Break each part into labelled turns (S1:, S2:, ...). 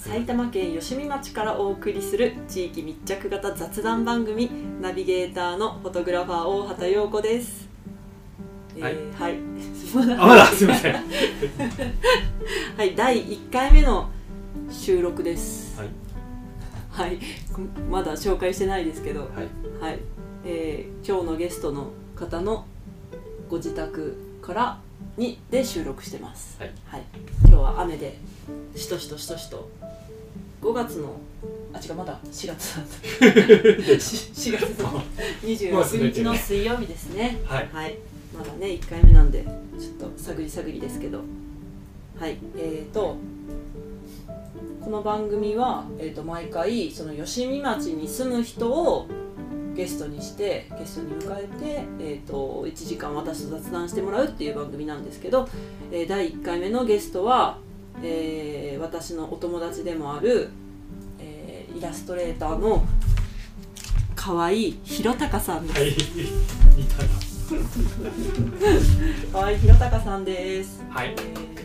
S1: 埼玉県吉見町からお送りする地域密着型雑談番組ナビゲーターのフォトグラファー大畑陽子です。
S2: はい
S1: えーはい、ま
S2: あまだすいません。はい。
S1: はい、第1回目の収録です。
S2: はい
S1: はい、まだ紹介してないですけど、はいえー今日のゲストの方のご自宅からにで収録してます、
S2: はい
S1: 今日は雨でしとしとしとしと5月のあ違うまだ4月だった 4月の26日の水曜日ですね
S2: はい。
S1: はいまだね1回目なんでちょっと探り探りですけどはいえー、とこの番組は、えー、と毎回その吉見町に住む人をゲストにしてゲストに迎えて、えー、と1時間私と雑談してもらうっていう番組なんですけど、えー第1回目のゲストは、えー私のお友達でもある、えーイラストレーターの河合弘隆さんです
S2: は。い。見たら。
S1: はい、ひろたかさんです。
S2: はい。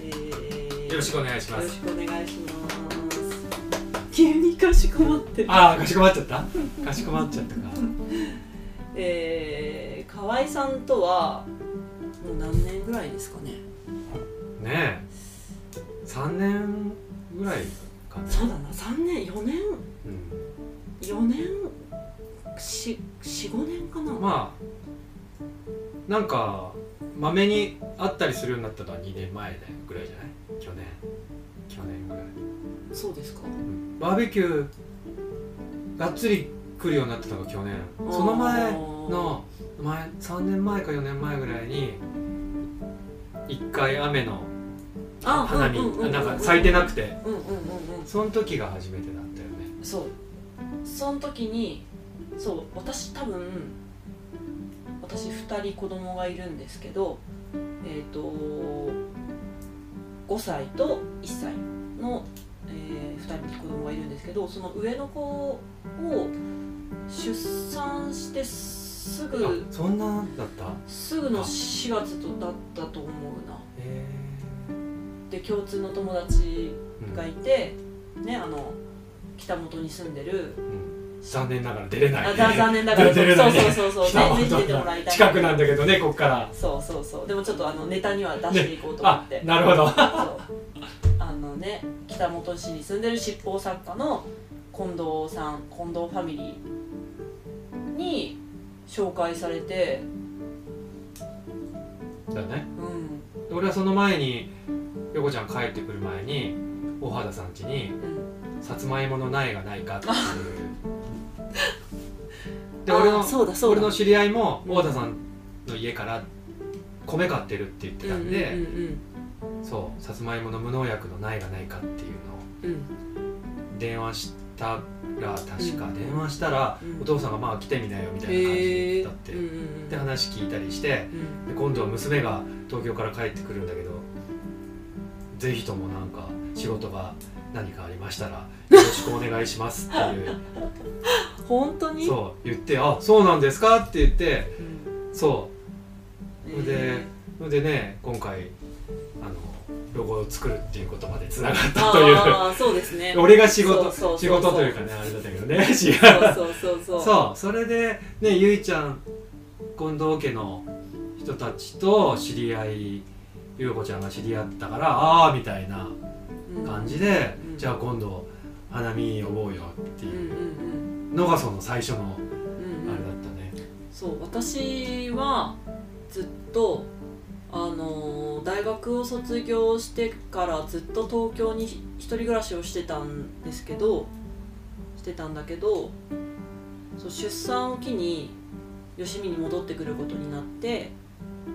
S1: えー
S2: よろしくお願いし
S1: よ
S2: ま
S1: ろ
S2: す
S1: し。くお願いします。急にかしこまってる。
S2: ああ、かしこまっちゃった。かしこまっちゃったか。
S1: えー、河合さんとはもう何年ぐらいですかね。
S2: ねえ。三年ぐらいかな。
S1: そうだな、三年、四年、
S2: うん。
S1: 四年、し四五年かな。
S2: まあ。なんか。まめに会ったりするようになったのは2年前ぐらいじゃない去年去年ぐらい、
S1: そうですか。
S2: うんバーベキューがっつり来るようになったのが去年その前の前3年前か4年前ぐらいに1回雨の
S1: あー
S2: 花見
S1: うううう
S2: なんか咲いてなくて
S1: うんうんうんうん。
S2: その時が初めてだったよね
S1: そうその時にそう私多分私2人子供がいるんですけどえっ、と5歳と1歳の、え2人子供がいるんですけどその上の子を出産してすぐ
S2: あそんなだった
S1: すぐの4月とだったと思うな
S2: え
S1: で共通の友達
S2: ー
S1: がいて、ねあの北本に住んでる
S2: うん残念ながら出れない
S1: あざ残念だから、
S2: 出れないね
S1: そう そうそう
S2: 北
S1: そう、
S2: 本
S1: ぜひ出てもらいたい。
S2: 近くなんだけどねこっから
S1: そうそうそう、でもちょっとあのネタには出していこうと思っ
S2: あ
S1: て。
S2: なるほど
S1: そうあのね、北本市に住んでる七宝作家の近藤さん、近藤ファミリーに紹介されて、
S2: だね
S1: うん、
S2: 俺はその前に横ちゃん帰ってくる前に大原さん家に
S1: うん、
S2: さつまいもの苗がない かっていうで
S1: あー
S2: 俺の
S1: そうだそう
S2: 俺
S1: だ
S2: の知り合いも
S1: うん
S2: 大田さんの家から米買ってるって言ってたん
S1: うん
S2: で、
S1: うん
S2: そうさつまいもの無農薬の苗がないかって
S1: うん
S2: いうのを
S1: うん
S2: 電話したら確か電話したら、
S1: うん
S2: お父さんが「まあ来てみなよ」みたいな感
S1: へ
S2: じ
S1: え、
S2: だって、
S1: うんうんうん
S2: で話聞いたりして
S1: うん
S2: で今度は娘が東京から帰ってくるんだけどぜひともなんか仕事が何かありましたらよろしくお願いしますっていう。
S1: 本当 に？
S2: そう言って「あそうなんですか?」って言って
S1: うん。
S2: そ
S1: え
S2: うでそれでね今回あのロゴを作るっていうことまでつながった という。
S1: ああ、そうですね
S2: 俺が仕事
S1: そうそうそう
S2: 仕事というかねあれだったけどね違
S1: そう
S2: う
S1: そうそうそう。
S2: そうそれでねゆいちゃん近藤家の人たちと知り合いゆうこちゃんが知り合ったからああみたいな
S1: うん
S2: 感じで、
S1: うん
S2: じゃあ今度花見呼ぼうよって
S1: うんうん
S2: いう
S1: うん。
S2: のがその最初のあ
S1: うん
S2: れ
S1: う
S2: だっ
S1: ん、
S2: たね。
S1: そう私はずっとあのー大学を卒業してからずっと東京にひ一人暮らしをしてたんですけどしてたんだけどそう出産を機に吉見に戻ってくることになって、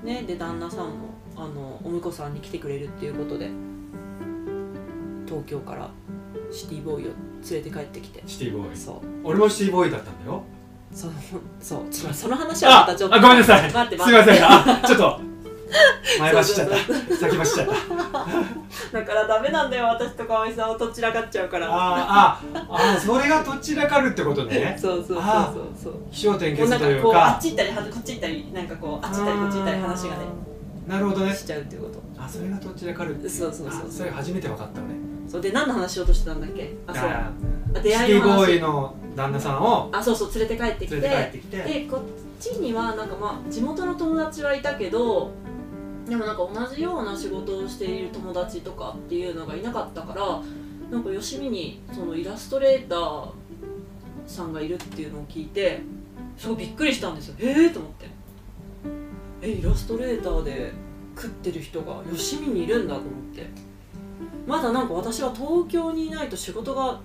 S1: ね、で旦那さんもあのお婿さんに来てくれるっていうことで東京からシティボーイを連れて帰ってきて
S2: シティボーイ
S1: そう
S2: 俺もシティボーイだったんだよ
S1: そのそうちょその話はまたちょっと
S2: ああごめんなさい
S1: 待って
S2: す
S1: 待
S2: い
S1: って
S2: ませんあちょ っと前橋しちゃった先走っちゃった
S1: だからダメなんだよ私と河合さんはどちらかっちゃうから
S2: あーああーそれがどちらかるってことね
S1: そうそうそう
S2: あ
S1: そうそう
S2: 気象点
S1: もう
S2: 結
S1: なん
S2: と
S1: か
S2: いう
S1: こうあっ
S2: か
S1: ち行ったりはこっち行ったりなんかこうあっち行ったりこっち行ったり話がね
S2: あーなるほどね
S1: しちゃうっていうこと
S2: あそれがどちらかる
S1: そうそうそう
S2: あそれ初めて分かったね
S1: そうで何の話しようとしてたんだっけあそう
S2: あ
S1: あ
S2: シテ
S1: 出会い
S2: ィ
S1: の
S2: ボー
S1: 話
S2: イの旦那さんを
S1: あそうそう連れて帰ってきて
S2: 連れて帰ってきて
S1: でこっちにはなんかまあ地元の友達はいたけどでもなんか同じような仕事をしている友達とかっていうのがいなかったからなんかよしみにそのイラストレーターさんがいるっていうのを聞いてすごいびっくりしたんですよええー、と思ってえイラストレーターで食ってる人がよしみにいるんだと思ってまだなんか私は東京にいないと仕事が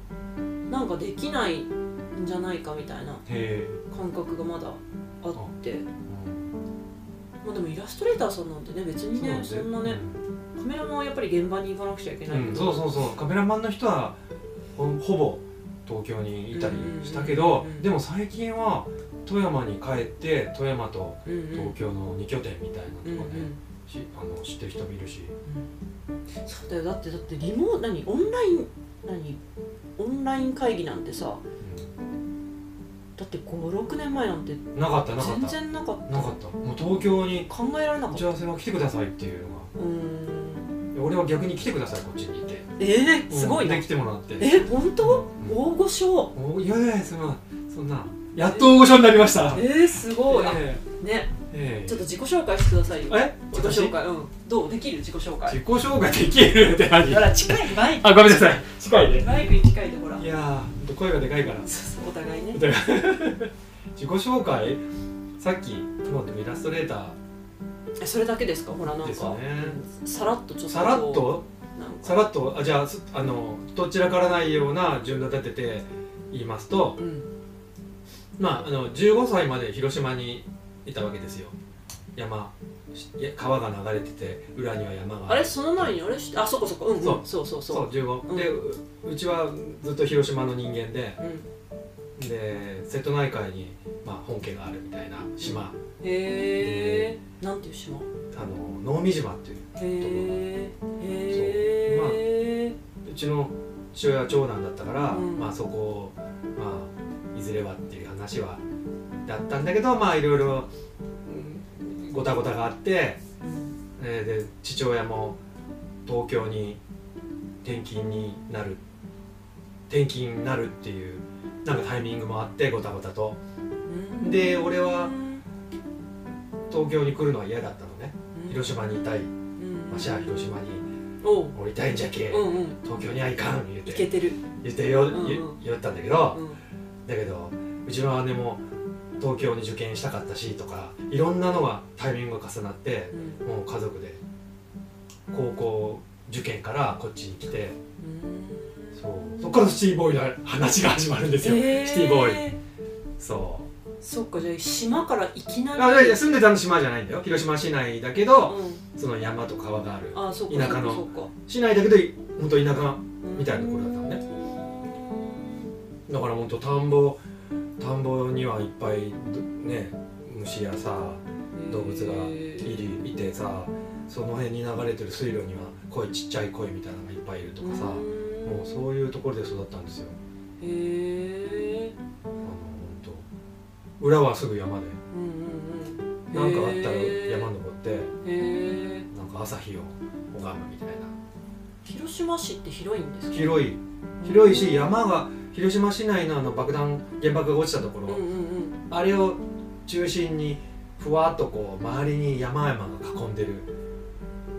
S1: なんかできないんじゃないかみたいな
S2: へ
S1: 感覚がまだあってまあでもイラストレーターさんなんてね別にねそんなねカメラマンはやっぱり現場に行かなくちゃいけ
S2: う
S1: ない
S2: ん、
S1: け
S2: うん
S1: ど、
S2: そうそうそうカメラマンの人はほほぼ東京にいたりしたけ
S1: うん
S2: ど、
S1: うんうん
S2: でも最近は富山に帰って富山と
S1: うんうん
S2: 東京の2拠点みたいな
S1: うん
S2: とこね、しあの知ってる人もいるし
S1: うんそうだよだってだってリモート何オンライン何オンライン会議なんてさだって56年前なんて
S2: なかったなかっ
S1: 全
S2: た
S1: 然なかった
S2: なかったもう東京に
S1: 考えられなか
S2: 打
S1: っ
S2: ち
S1: た
S2: 合
S1: う
S2: わせの来てくださいっていうのが
S1: ーん
S2: いや俺は逆に来てくださいこっちにいて
S1: えー、すごい
S2: うん
S1: な
S2: で来てもらって
S1: え本当大御所
S2: おいやいやそんなそんなやっと大御所になりました
S1: えー、すごい、あ
S2: え
S1: ね
S2: えええ
S1: ちょっと自己紹介してくださいよ
S2: え
S1: 自己紹介うんどうできる自己紹介
S2: 私自己紹介できるって何
S1: ほら近いバイ
S2: あごめんなさい近い
S1: ク
S2: ね
S1: バイクに近いでほら
S2: いやーほんと声がでかいから
S1: そうそうお互いね
S2: で自己紹介さっきまあでもイラストレータ
S1: えそれだけですかほらなんか、
S2: ですね
S1: さらっとちょっ
S2: ー
S1: と
S2: さらっと
S1: なんか
S2: さらっとあじゃあすあのどちらからないような順番立てて言いますと
S1: うん
S2: まあ、あの15歳まで広島にいたわけですよ山しいや川が流れてて裏には山が
S1: あれその前にあれしあそこそこうん、うん、
S2: そう
S1: そうそうそう
S2: そう15、
S1: うん
S2: でううちはずっと広島の人間で
S1: うん、
S2: で瀬戸内海に、まあ、本家があるみたいな島
S1: へえなんていう島へ
S2: あの能美島っていう
S1: えへえ、
S2: うちの父親は長男だったから、
S1: うん
S2: まあ、そこを、まあ、いずれはっていう話はだったんだけどまあいろいろうんごたごたがあって
S1: うん
S2: えーで父親も東京に転勤になる転勤になるっていうなんかタイミングもあってごたごたと
S1: うん
S2: で俺
S1: う
S2: は
S1: ん
S2: 東京に来るのは嫌だったのね広島にいたい
S1: うん
S2: わしは広島に
S1: おう
S2: おりたいんじゃけ、
S1: うんうん
S2: 東京にはいかん言う
S1: いけ
S2: て
S1: てる、
S2: 言ってよ、
S1: うんうん
S2: 言言ったんだけど、
S1: うん、
S2: だけどうちの姉も東京に受験したかったしとかいろんなのがタイミングが重なって
S1: うん
S2: もう家族で高校受験からこっちに来て
S1: うん
S2: そうそこからシティボーイの話が始まるんですよ、
S1: へえ
S2: シティボーイそ
S1: そっかじゃあ島からいきな
S2: う
S1: り
S2: あいやいや住んでたの島じゃないんだよ広島市内だけど
S1: うん、
S2: その山と川がある
S1: あそっか
S2: 田舎の
S1: そっかそっか
S2: 市内だけど本当田舎
S1: うん
S2: みたいなところだったのねだから本当田んぼ田んぼにはいっぱいどね虫やさ動物がいるいてさその辺に流れてる水路には鯉ちっちゃい鯉みたいなのがいっぱいいるとかさ
S1: う
S2: も
S1: ん
S2: うそういうところで育ったんですよ
S1: へえ
S2: あの本当裏はすぐ山で
S1: うんうんうん
S2: なんかあったら
S1: へえ
S2: 山登って
S1: へえ
S2: なんか朝日を拝むみたいな
S1: 広島市って広いんですか
S2: 広い広いし山が広島市内のあの爆弾原爆が落ちたところ、
S1: うんうん
S2: あれを中心にふわっとこう周りに山々が囲んでる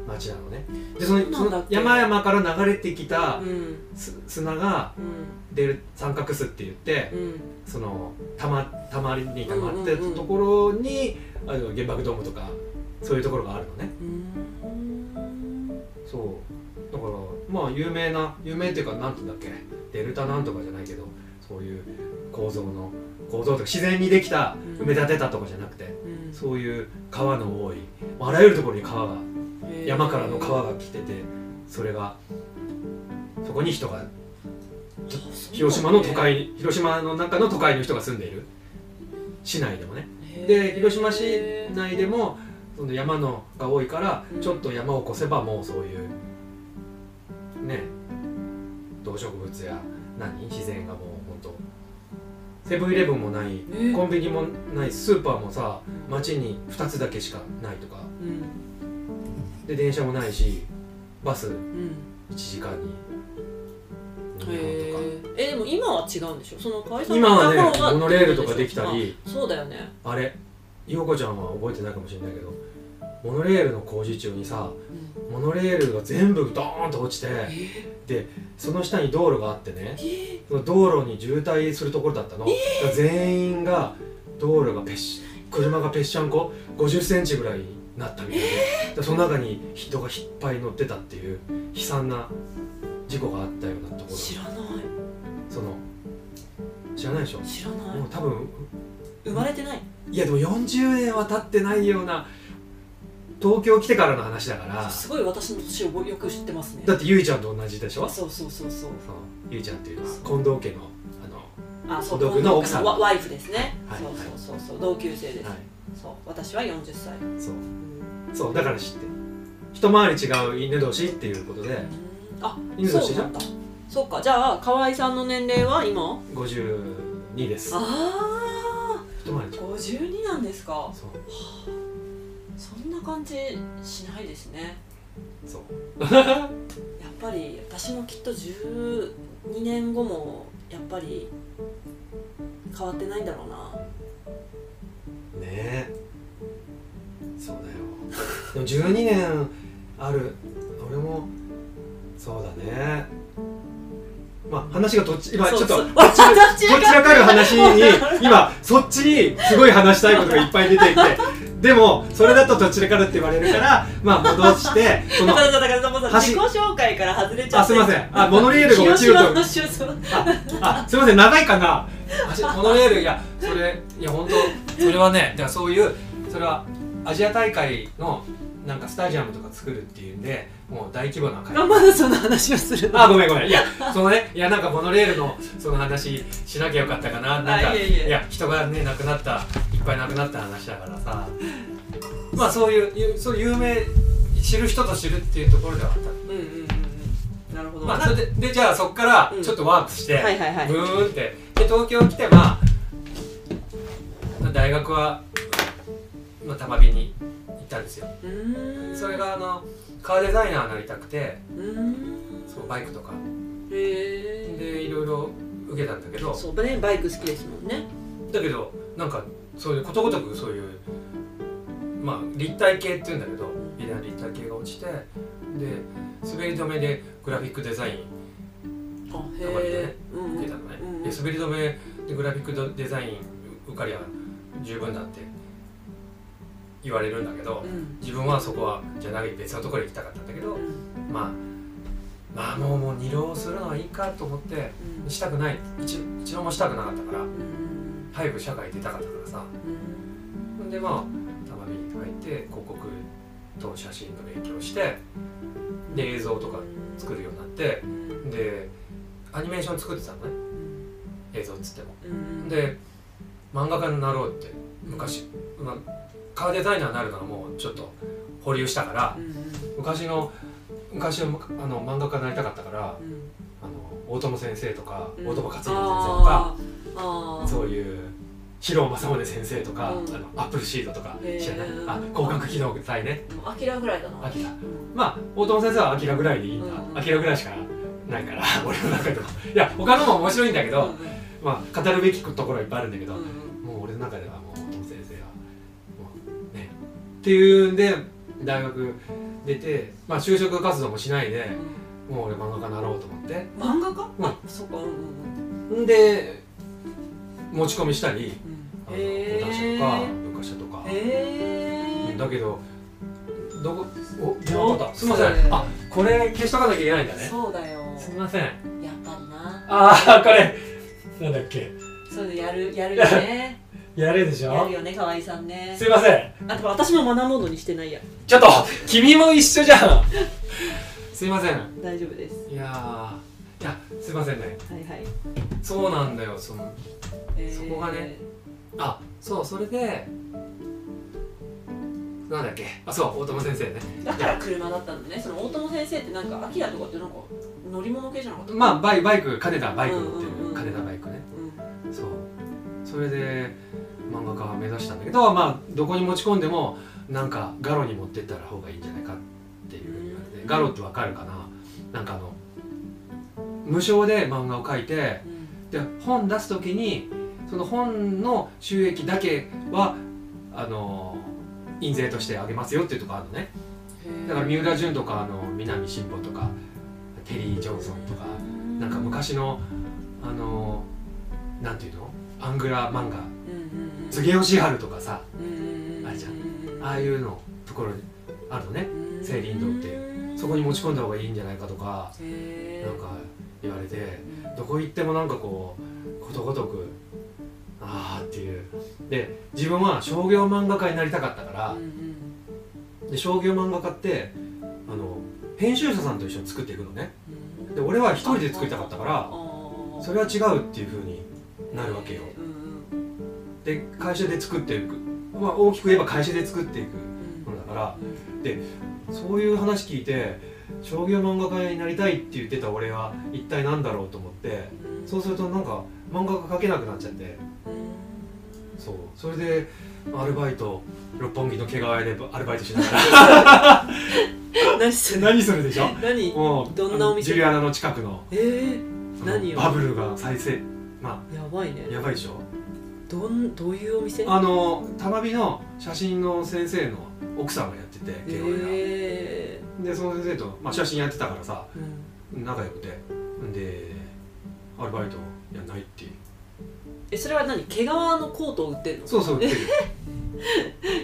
S2: 町なのねでその
S1: そうな
S2: そ
S1: んだ
S2: の
S1: っけ
S2: 山々から流れてき
S1: う
S2: た
S1: んうん
S2: す砂が
S1: うん
S2: 出る三角巣って言って
S1: うん
S2: そのたまたまりにたまって
S1: うんうんうん
S2: ところにあの原爆ドームとかそういうところがあるのね
S1: うん
S2: そうだからまあ有名な有名っていうかなんて言うんだっけデルタなんとかじゃないけどそういう構造の構造とか自然にできた埋め立てたとかじゃなくて、
S1: うん
S2: そういう川の多いあらゆるところに川が
S1: へえ
S2: 山からの川が来ててそれがそこに人が
S1: あそうなんだね
S2: 広島の都会広島の中の都会の人が住んでいる市内でもね
S1: へえ
S2: で広島市内でもその山のが多いからちょっと山を越せばもうそういうね動植物や何自然がもう本当セブンイレブンもない
S1: ね
S2: コンビニもないスーパーもさ
S1: うん
S2: 街に2つだけしかないとか
S1: うん
S2: で電車もないしバス
S1: うん
S2: 1時間に乗り
S1: へ
S2: 物とか
S1: ーえでも今は違うんでしょその河合さん
S2: 今
S1: が
S2: は
S1: 行った
S2: ね
S1: 頃
S2: モノレールとか
S1: ってい
S2: で
S1: う
S2: き
S1: こと
S2: た
S1: しょ
S2: り
S1: あそうだよね
S2: あれ陽子ちゃんは覚えてないかもしれないけどモノレールの工事中にさモノレールが全部ドーンと落ちてでその下に道路があってねその道路に渋滞するところだったの、だから全員が道路がペッシ車がぺっしゃんこ50センチぐらいになったみたいで、だからその中に人がいっぱい乗ってたっていう悲惨な事故があったようなところ
S1: 知らない
S2: その知らないでしょ
S1: 知らない
S2: も
S1: う
S2: 多分
S1: 生まれてない
S2: いやでも40年は経ってないような東京来てからの話だから
S1: すごい私の年をよく知ってますね
S2: だってゆいちゃんと同じでしょそう
S1: そうそうそうそう
S2: ゆいちゃんっていうのは近藤家のあの
S1: あそう
S2: 孤独の奥さん
S1: ワワイフですね、
S2: はい
S1: そうそうそうそう同級生です、
S2: はい
S1: そう私は40歳
S2: そ
S1: う
S2: う
S1: ん
S2: そうだから知ってる一回り違う犬同士っていうことで
S1: あ
S2: 犬
S1: そ
S2: 年
S1: う
S2: じゃ
S1: なん
S2: ん
S1: だそうかじゃあ河合さんの年齢は今
S2: 52です
S1: あ
S2: 一回り違
S1: あ
S2: う
S1: 52なんですか
S2: そう
S1: そんな感じしないですね
S2: そう
S1: やっぱり私もきっと12年後もやっぱり変わってないんだろうな
S2: ねえそうだよでも12年ある俺もそうだねまあ話がどっち今ちょっと
S1: そう
S2: どっちら
S1: 私が
S2: どちらかる話に今そっちにすごい話したいことがいっぱい出てきてでもそれだとどちらかるって言われるからまあ戻してそ
S1: だ
S2: の
S1: からだからだから
S2: 橋
S1: 自己紹介から外れちゃ
S2: あ
S1: って
S2: すいませんあモノレールが
S1: 広
S2: 落ちる
S1: 島
S2: と
S1: の主張
S2: あすみません長いかなあモノレールいやそれいや本当それはねだからそういうそれはアジア大会のなんかスタジアムとか作るっていうんでもう大規模な会
S1: 頑張るその話をする
S2: あごめんごめんいやそのねいやなんかモノレールのその話しなきゃよかったかななんか
S1: あいえいえ
S2: や人がね亡くなったいっぱい亡くなった話だからさまあそういうゆそう有名知る人と知るっていうところではあった
S1: うんうんうんうんなるほど、
S2: まあ、それででじゃあそこから
S1: うん
S2: ちょっとワープして、
S1: はいはいはい
S2: ブーンってで東京来てまあ大学は、まあ、玉美に行ったんですよ
S1: うーん
S2: それがあのカーデザイナーになりたくて
S1: うーん
S2: そうバイクとか
S1: へえ
S2: でいろいろ受けたんだけど
S1: そうねバイク好きですもんね
S2: だけどなんかそういうことごとくそういうまあ立体系っていうんだけど美大の立体系が落ちてで滑り止めでグラフィックデザイン
S1: あへ
S2: とかでね
S1: えうんう
S2: 受
S1: ん
S2: けたのね、
S1: うん
S2: で滑り止めでグラフィックデザイン受かりゃ十分だって言われるんだけど
S1: うん
S2: 自分はそこはじゃなくて別のところに行きたかったんだけどまあまあもうもう二浪するのはいいかと思って
S1: うん
S2: したくない一一浪もしたくなかったから
S1: うん
S2: 早く社会に出たかったからさ
S1: うん
S2: ほんでまあたまに入って広告と写真の勉強してで映像とか作るようになって
S1: うん
S2: でアニメーション作ってたのね映像っつっても。
S1: うん
S2: で漫画家になろうって昔、まあ、カーデザイナーになるのはもうちょっと保留したから
S1: うんうん
S2: 昔の昔のあの漫画家になりたかったから
S1: うん
S2: あの大友先生とか、
S1: うん
S2: 大友克洋先生とか
S1: あーあー
S2: そういう四郎正宗先生とか、
S1: うん
S2: あのアップルシードとか
S1: へー
S2: 知らないあ光学機能剤ね
S1: アキラぐらいだな
S2: アキラまあ大友先生はアキラぐらいでいいんだ、
S1: うん
S2: アキラぐらいしかないから 俺の中ではいや他のも面白いんだけど、まあ語るべきところはいっぱいあるんだけど、
S1: うんうん
S2: もう俺の中ではもう先生はもうねっていうんで大学出て、まあ、就職活動もしないでもう俺漫画家になろうと思って
S1: うん漫画家あそうかうんうんうん
S2: んで持ち込みしたり
S1: うん
S2: あの
S1: へ
S2: 講談社とか文化社とか
S1: えへえ
S2: だけどどこお出なかったすい
S1: そ
S2: ません
S1: うだね
S2: あこれ消しとかなきゃいけないんだね
S1: そうだよ
S2: すいません
S1: やっぱりな
S2: ああこれなんだっけ
S1: そういうのやるやるよね
S2: やれでし
S1: や
S2: ょ
S1: るよね河合さんね
S2: すいません
S1: あでも私もマナーモードにしてないや
S2: ちょっと君も一緒じゃんすいません
S1: 大丈夫です
S2: いやーいやすいませんね
S1: はいはい、
S2: そうなんだよその
S1: えー
S2: そこがねあそうそれでなんだっけあそう大友先生ね
S1: だから車だったのねその大友先生ってなんかアキラとかってなんか乗り物系じゃなかった
S2: まあバイバイク金田バイク乗って
S1: うんうんう
S2: る
S1: ん
S2: 金田バイクね
S1: うん
S2: そうそれで漫画家を目指したんだけどまあどこに持ち込んでもなんかガロに持ってったら方がいいんじゃないかっていうふうに言われてガロってわかるかななんかあの無償で漫画を描いて
S1: うん
S2: で本出す時にその本の収益だけはあの印税としてあげますよっていうとこあるのね
S1: へー
S2: だから三浦淳とかあの南信吾とかテリー・ジョンソンとかなんか昔のあのなんていうのアングラ漫
S1: う
S2: 画
S1: んうんうん
S2: 杉吉春とかさ
S1: うんうんうん
S2: あれじゃんああいうのところにあるのね
S1: うん
S2: 青林堂ってそこに持ち込んだ方がいいんじゃないかとか
S1: へー
S2: なんか言われて
S1: うん
S2: どこ行ってもなんかこうことごとくああっていうで自分は商業漫画家になりたかったから
S1: うんうん
S2: で商業漫画家ってあの編集者さんと一緒に作っていくのね
S1: うん
S2: で俺は一人で作りたかったから
S1: あ
S2: それは違うっていう風になるわけよ
S1: うんうん
S2: で会社で作っていく、まあ、大きく言えば会社で作っていく
S1: うん
S2: ものだから
S1: うん
S2: そういう話聞いて商業漫画家になりたいって言ってた俺は一体何だろうと思ってそうするとなんか漫画が描けなくなっちゃってそうそれでアルバイト六本木の毛皮でアルバイトしながら
S1: 何それ
S2: 何するでしょ
S1: 何
S2: もう
S1: どんなお店
S2: あのジュリアナの近くの
S1: えー、
S2: その
S1: 何を
S2: バブルが再生ま
S1: やばいね
S2: あやばいでしょ
S1: どんどういうお店
S2: あの玉美の写真の先生の奥さんがやってて毛皮が、
S1: え
S2: でその先生と、まあ、写真やってたからさ
S1: ーうん
S2: 仲良くてんでアルバイトやんないっていう
S1: えそれは何毛皮のコートを売って んの
S2: そうそう売ってる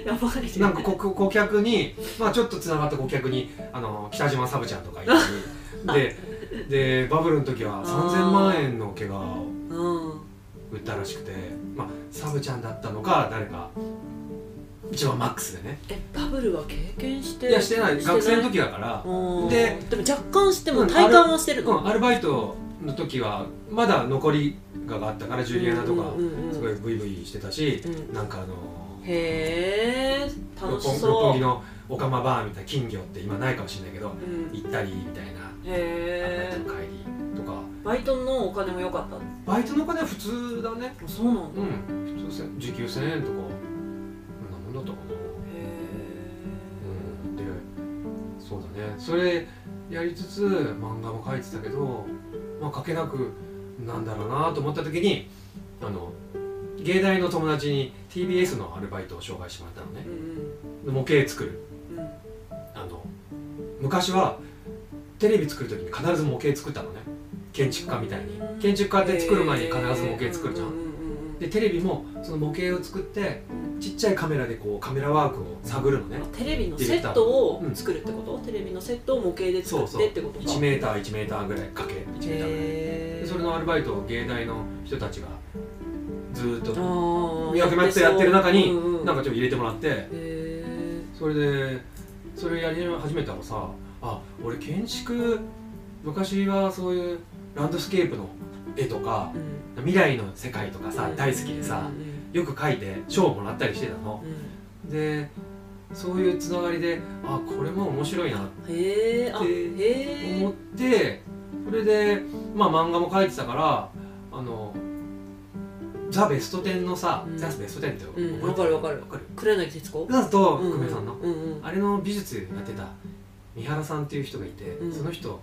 S1: やばいね
S2: なんかこ顧客に、まあ、ちょっとつながった顧客にあの北島サブちゃんとかいたり ででバブルの時は3000万円の怪我を
S1: うん
S2: 売ったらしくて、まあ、サブちゃんだったのか誰か一番マックスでね
S1: えバブルは経験して
S2: い
S1: い
S2: やしてない学生の時だから、で
S1: ででも若干しても
S2: うん
S1: 体感はしてる
S2: う
S1: の
S2: ん、アルバイトの時はまだ残りがあったからジュリアナとか
S1: うんうんうん
S2: すごいブイブイしてたし、
S1: うん
S2: なんかあの
S1: へえ楽
S2: 六
S1: し
S2: 本六
S1: そ
S2: 本木
S1: う
S2: のオカマバーみたいな金魚って今ないかもしれないけど
S1: うん
S2: 行ったりみたいな。
S1: へ
S2: アル
S1: え
S2: バイトの帰りとか
S1: バイトのお金も良かったあ
S2: バイトのお金は普通だね
S1: そうなんだ
S2: う
S1: へ
S2: ん普通せ時給1000円とかそんなもんだったかなうんでそうだねそれやりつつ漫画も描いてたけどまあ描けなくなんだろうなと思った時にあの芸大の友達に TBS のアルバイトを紹介してもらったの
S1: え
S2: ね
S1: うん
S2: 模型作る
S1: うんうん
S2: あの昔はテレビ作る時に必ず模型作ったのね建築家みたいに建築家って作る前に必ず模型作るじゃん
S1: へーううんうん
S2: でテレビもその模型を作ってちっちゃいカメラでこうカメラワークを探るのね
S1: あテレビのセットを作るってこと、テレビのセットを模型で作
S2: そう
S1: っ
S2: そう
S1: てってことか
S2: 1メーター1メーターぐらいかけ1メーターぐらい
S1: へ
S2: で
S1: ー
S2: それのアルバイトを芸大の人たちがずーっと
S1: あー
S2: やってやってる中に
S1: うんうん
S2: なんかちょっと入れてもらって
S1: へ
S2: それでそれやり始めたらさあ俺建築昔はそういうランドスケープの絵とか
S1: ーうん
S2: 未来の世界とかさ大好きでさ
S1: うん
S2: よく描いて賞もらったりしてたの
S1: うん
S2: でそういうつながりであこれも面白いなって
S1: へえあ
S2: で
S1: へ
S2: 思
S1: え
S2: ってそれでまあ漫画も描いてたからあの「ザ・ベストテン」のさ「
S1: うん
S2: ザ・ベストテン」って覚
S1: うん
S2: えてる
S1: わかるわかる
S2: わかる
S1: 黒柳徹子
S2: ザと
S1: うん
S2: 久米さんの、
S1: うんうん
S2: あれの美術やってた三原さんっていう人がいて、
S1: うん
S2: その人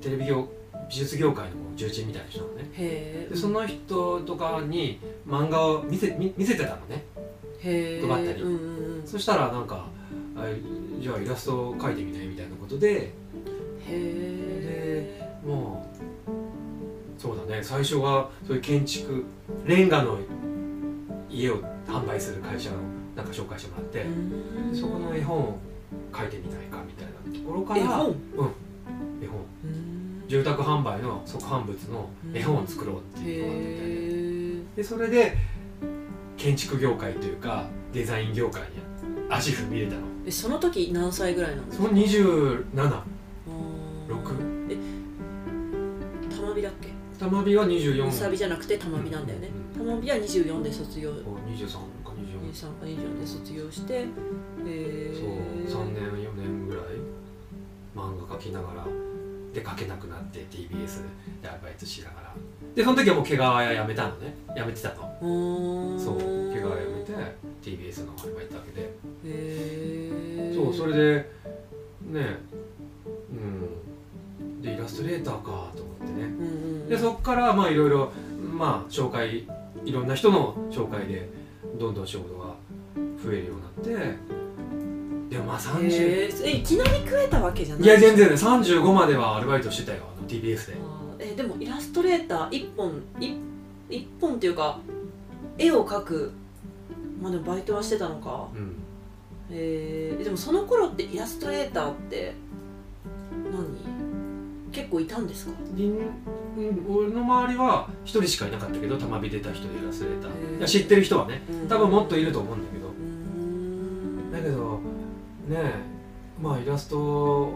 S2: テレビ業美術業界の重鎮みたいな人なのね
S1: へえ
S2: でその人とかに漫画を見せ見見せてたのね
S1: へえ
S2: 配ったり
S1: うんうんうん
S2: そしたらなんかあじゃあイラストを描いてみないみたいなことで
S1: へえ
S2: もうそうだね最初はそういう建築レンガの家を販売する会社のなんか紹介してもらって、そこの絵本を描いてみないかみたいなところから
S1: 絵本
S2: 絵本
S1: うん
S2: 住宅販売の即販物の絵本を作ろうっていうのがあってみたいな
S1: へえ
S2: でそれで建築業界というかデザイン業界に足踏み入れたの
S1: えその時何歳ぐらいなの
S2: その27
S1: あー
S2: 6
S1: 玉美だっけ
S2: 玉美は24
S1: うさびじゃなくて玉美なんだよね玉美は24で卒業
S2: こう23か24
S1: 23か24で卒業してえ
S2: そう3年4年ぐらい漫画描きながらで描けなくなって TBS でアルバイトしながらでその時はもう毛皮屋やめたのねやめてたのそう毛皮やめて TBS のアルバイトだけで
S1: へえ
S2: そうそれ
S1: れ
S2: でねうんでイラストレーターかと思ってねね
S1: うんうん
S2: でそっからまあいろいろまあ紹介いろんな人の紹介でどんどん仕事が増えるようになってでもまあ
S1: へ
S2: 30
S1: ええいきなり食えたわけじゃない
S2: いや全然ね35まではアルバイトしてたよあの TBS
S1: あ
S2: で
S1: ーえでもイラストレーター一本い一本っていうか絵を描くまあでもバイトはしてたのか
S2: うん
S1: えー、でもその頃ってイラストレーターって何結構いたんですか
S2: りんうん俺の周りは1人しかいなかったけどたまび出た人でイラストレータ
S1: へ
S2: ー
S1: ー
S2: いや知ってる人はね多分もっとい
S1: る
S2: ると思うんだけど
S1: うん
S2: だけどねえまあイラスト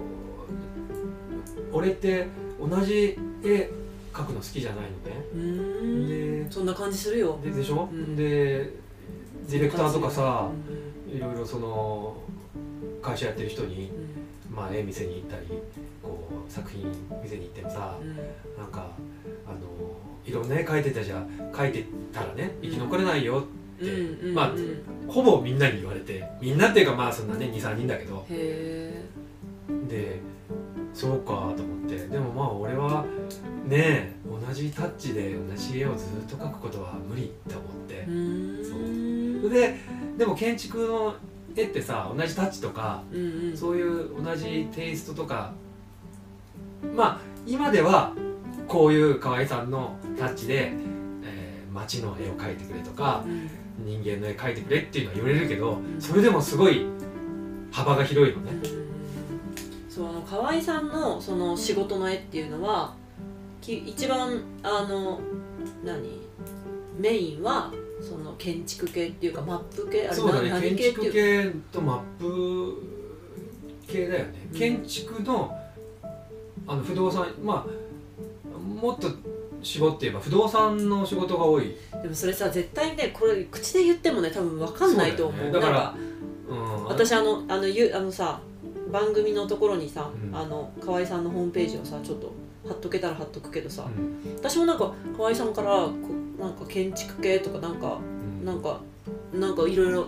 S2: 俺って同じ絵描くの好きじゃない
S1: う
S2: の
S1: ん
S2: ね
S1: そんな感じするよ
S2: でででしょ、
S1: うん
S2: でディレクターとかさ
S1: うん
S2: いろいろその会社やってる人に、
S1: う
S2: まあ、絵見せに行ったりこう作品見せに行ってもさ
S1: んうん
S2: なんかあのいろんな絵描いてたじゃ描いてたらね生き残れないよ、
S1: うんうんうん
S2: まあ
S1: へ
S2: ほぼみんなに言われてみんなっていうかまあそんなね23人だけど
S1: え
S2: でそうかと思ってでもまあ俺はねえ同じタッチで同じ絵をずっと描くことは無理って思って
S1: う、ん
S2: そう
S1: うん
S2: ででも建築の絵ってさ同じタッチとか
S1: うん
S2: そういう同じテイストとかまあ今ではこういう河合さんのタッチで、えー街の絵を描いてくれとか
S1: うん
S2: 人間の絵描いてくれっていうのは言われるけど
S1: ん
S2: それでもすごい幅が広いのね。
S1: そうあの河合さんのその仕事の絵っていうのはき一番あの何メインはその建築系っていうかマップ系あれ
S2: そうだね
S1: な何
S2: 建
S1: 系って
S2: 築
S1: いう
S2: 系とマップ系だよね、
S1: うん
S2: 建築のあの不動産まあもっと絞って言えば不動産の仕事が多い、
S1: でもそれさ絶対ねこれ口で言ってもね多分分かんないと思う
S2: そうだよねだから
S1: なんか
S2: うん、
S1: 私あのあのゆあのさ番組のところにさ、
S2: うん
S1: あの河合さんのホームページをさちょっと貼っとけたら貼っとくけどさ、
S2: うん
S1: 私もなんか河合さんからこなんか建築系とかなんか
S2: うん
S1: なんかなんかいろいろ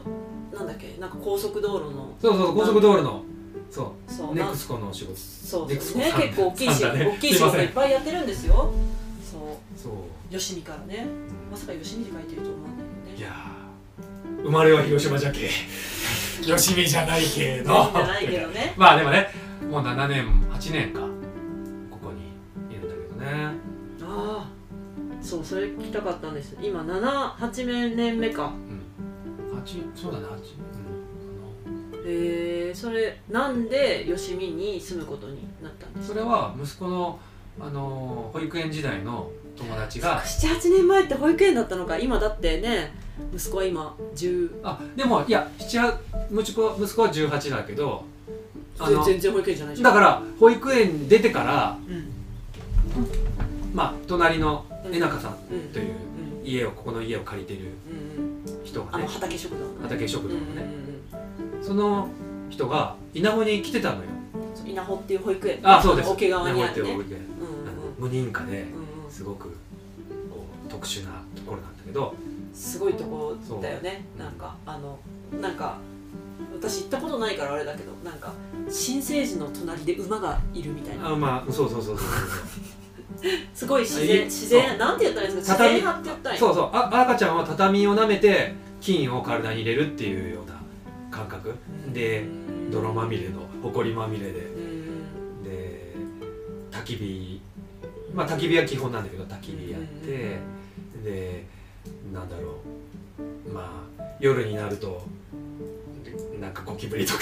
S1: なんだっけなんか高速道路の
S2: そうそう高速道路のそ
S1: そうう
S2: ネ
S1: なん
S2: クスコの仕事
S1: そう
S2: ネクス
S1: そう
S2: コ
S1: ね
S2: さん
S1: 結構大きい仕
S2: さんだね
S1: 事大きい仕
S2: すいま
S1: 事
S2: せん
S1: いっぱいやってるんですよそう
S2: そう、
S1: 吉見からねまさか吉見で書いてると思わないよね
S2: いやー生まれは広島じゃけ 吉見じゃないけ
S1: じ
S2: ど
S1: ゃないけどね
S2: まあでもねもう7年8年かここにいるんだけどね
S1: ああそうそれ聞きたかったんです今78年目か
S2: うん、八そうだね八うん
S1: へえそれなんで吉見に住むことになったんで
S2: あの
S1: す
S2: そ
S1: か
S2: れは息子のあのー保育園時代の友達が
S1: 78年前って保育園だったのか今だってね息子は今10
S2: あでもいや七八息子息子は十八だけどあの
S1: 全然保育園じゃないじゃん
S2: だから保育園出てから
S1: うん
S2: まあ隣の江中さん
S1: うん
S2: という
S1: うん
S2: 家をここの家を借りてる
S1: うんうん
S2: 人が
S1: あの
S2: ね
S1: 畑食堂のね
S2: 畑食堂のね
S1: うん
S2: その人が稲穂に来てたのよ
S1: うん稲穂っていう保育園
S2: あそうです
S1: 桶川に
S2: 稲
S1: あ
S2: 穂って
S1: る
S2: い
S1: ね
S2: う
S1: うんうんうん
S2: 保育園あの無認可で
S1: うん
S2: すごくこう特殊なところなんだけど
S1: すごいとこだよね
S2: そう
S1: なんかあのなんか私行ったことないからあれだけどなんか新生児の隣で馬がいるみたいな
S2: あまあそうそうそうそう そうそう
S1: すごい自
S2: いい
S1: 然自
S2: そう
S1: 然なんて言ったらいいんですか自
S2: 畳
S1: 然派って言ったらいい
S2: そうそうあ赤ちゃんは畳を舐めて菌を体に入れるっていうような感覚で泥まみれのほこりまみれで
S1: うん
S2: で焚き火まあ焚き火は基本なんだけど焚き火やってでなんだろうまあ夜になるとでなんかゴキブリとか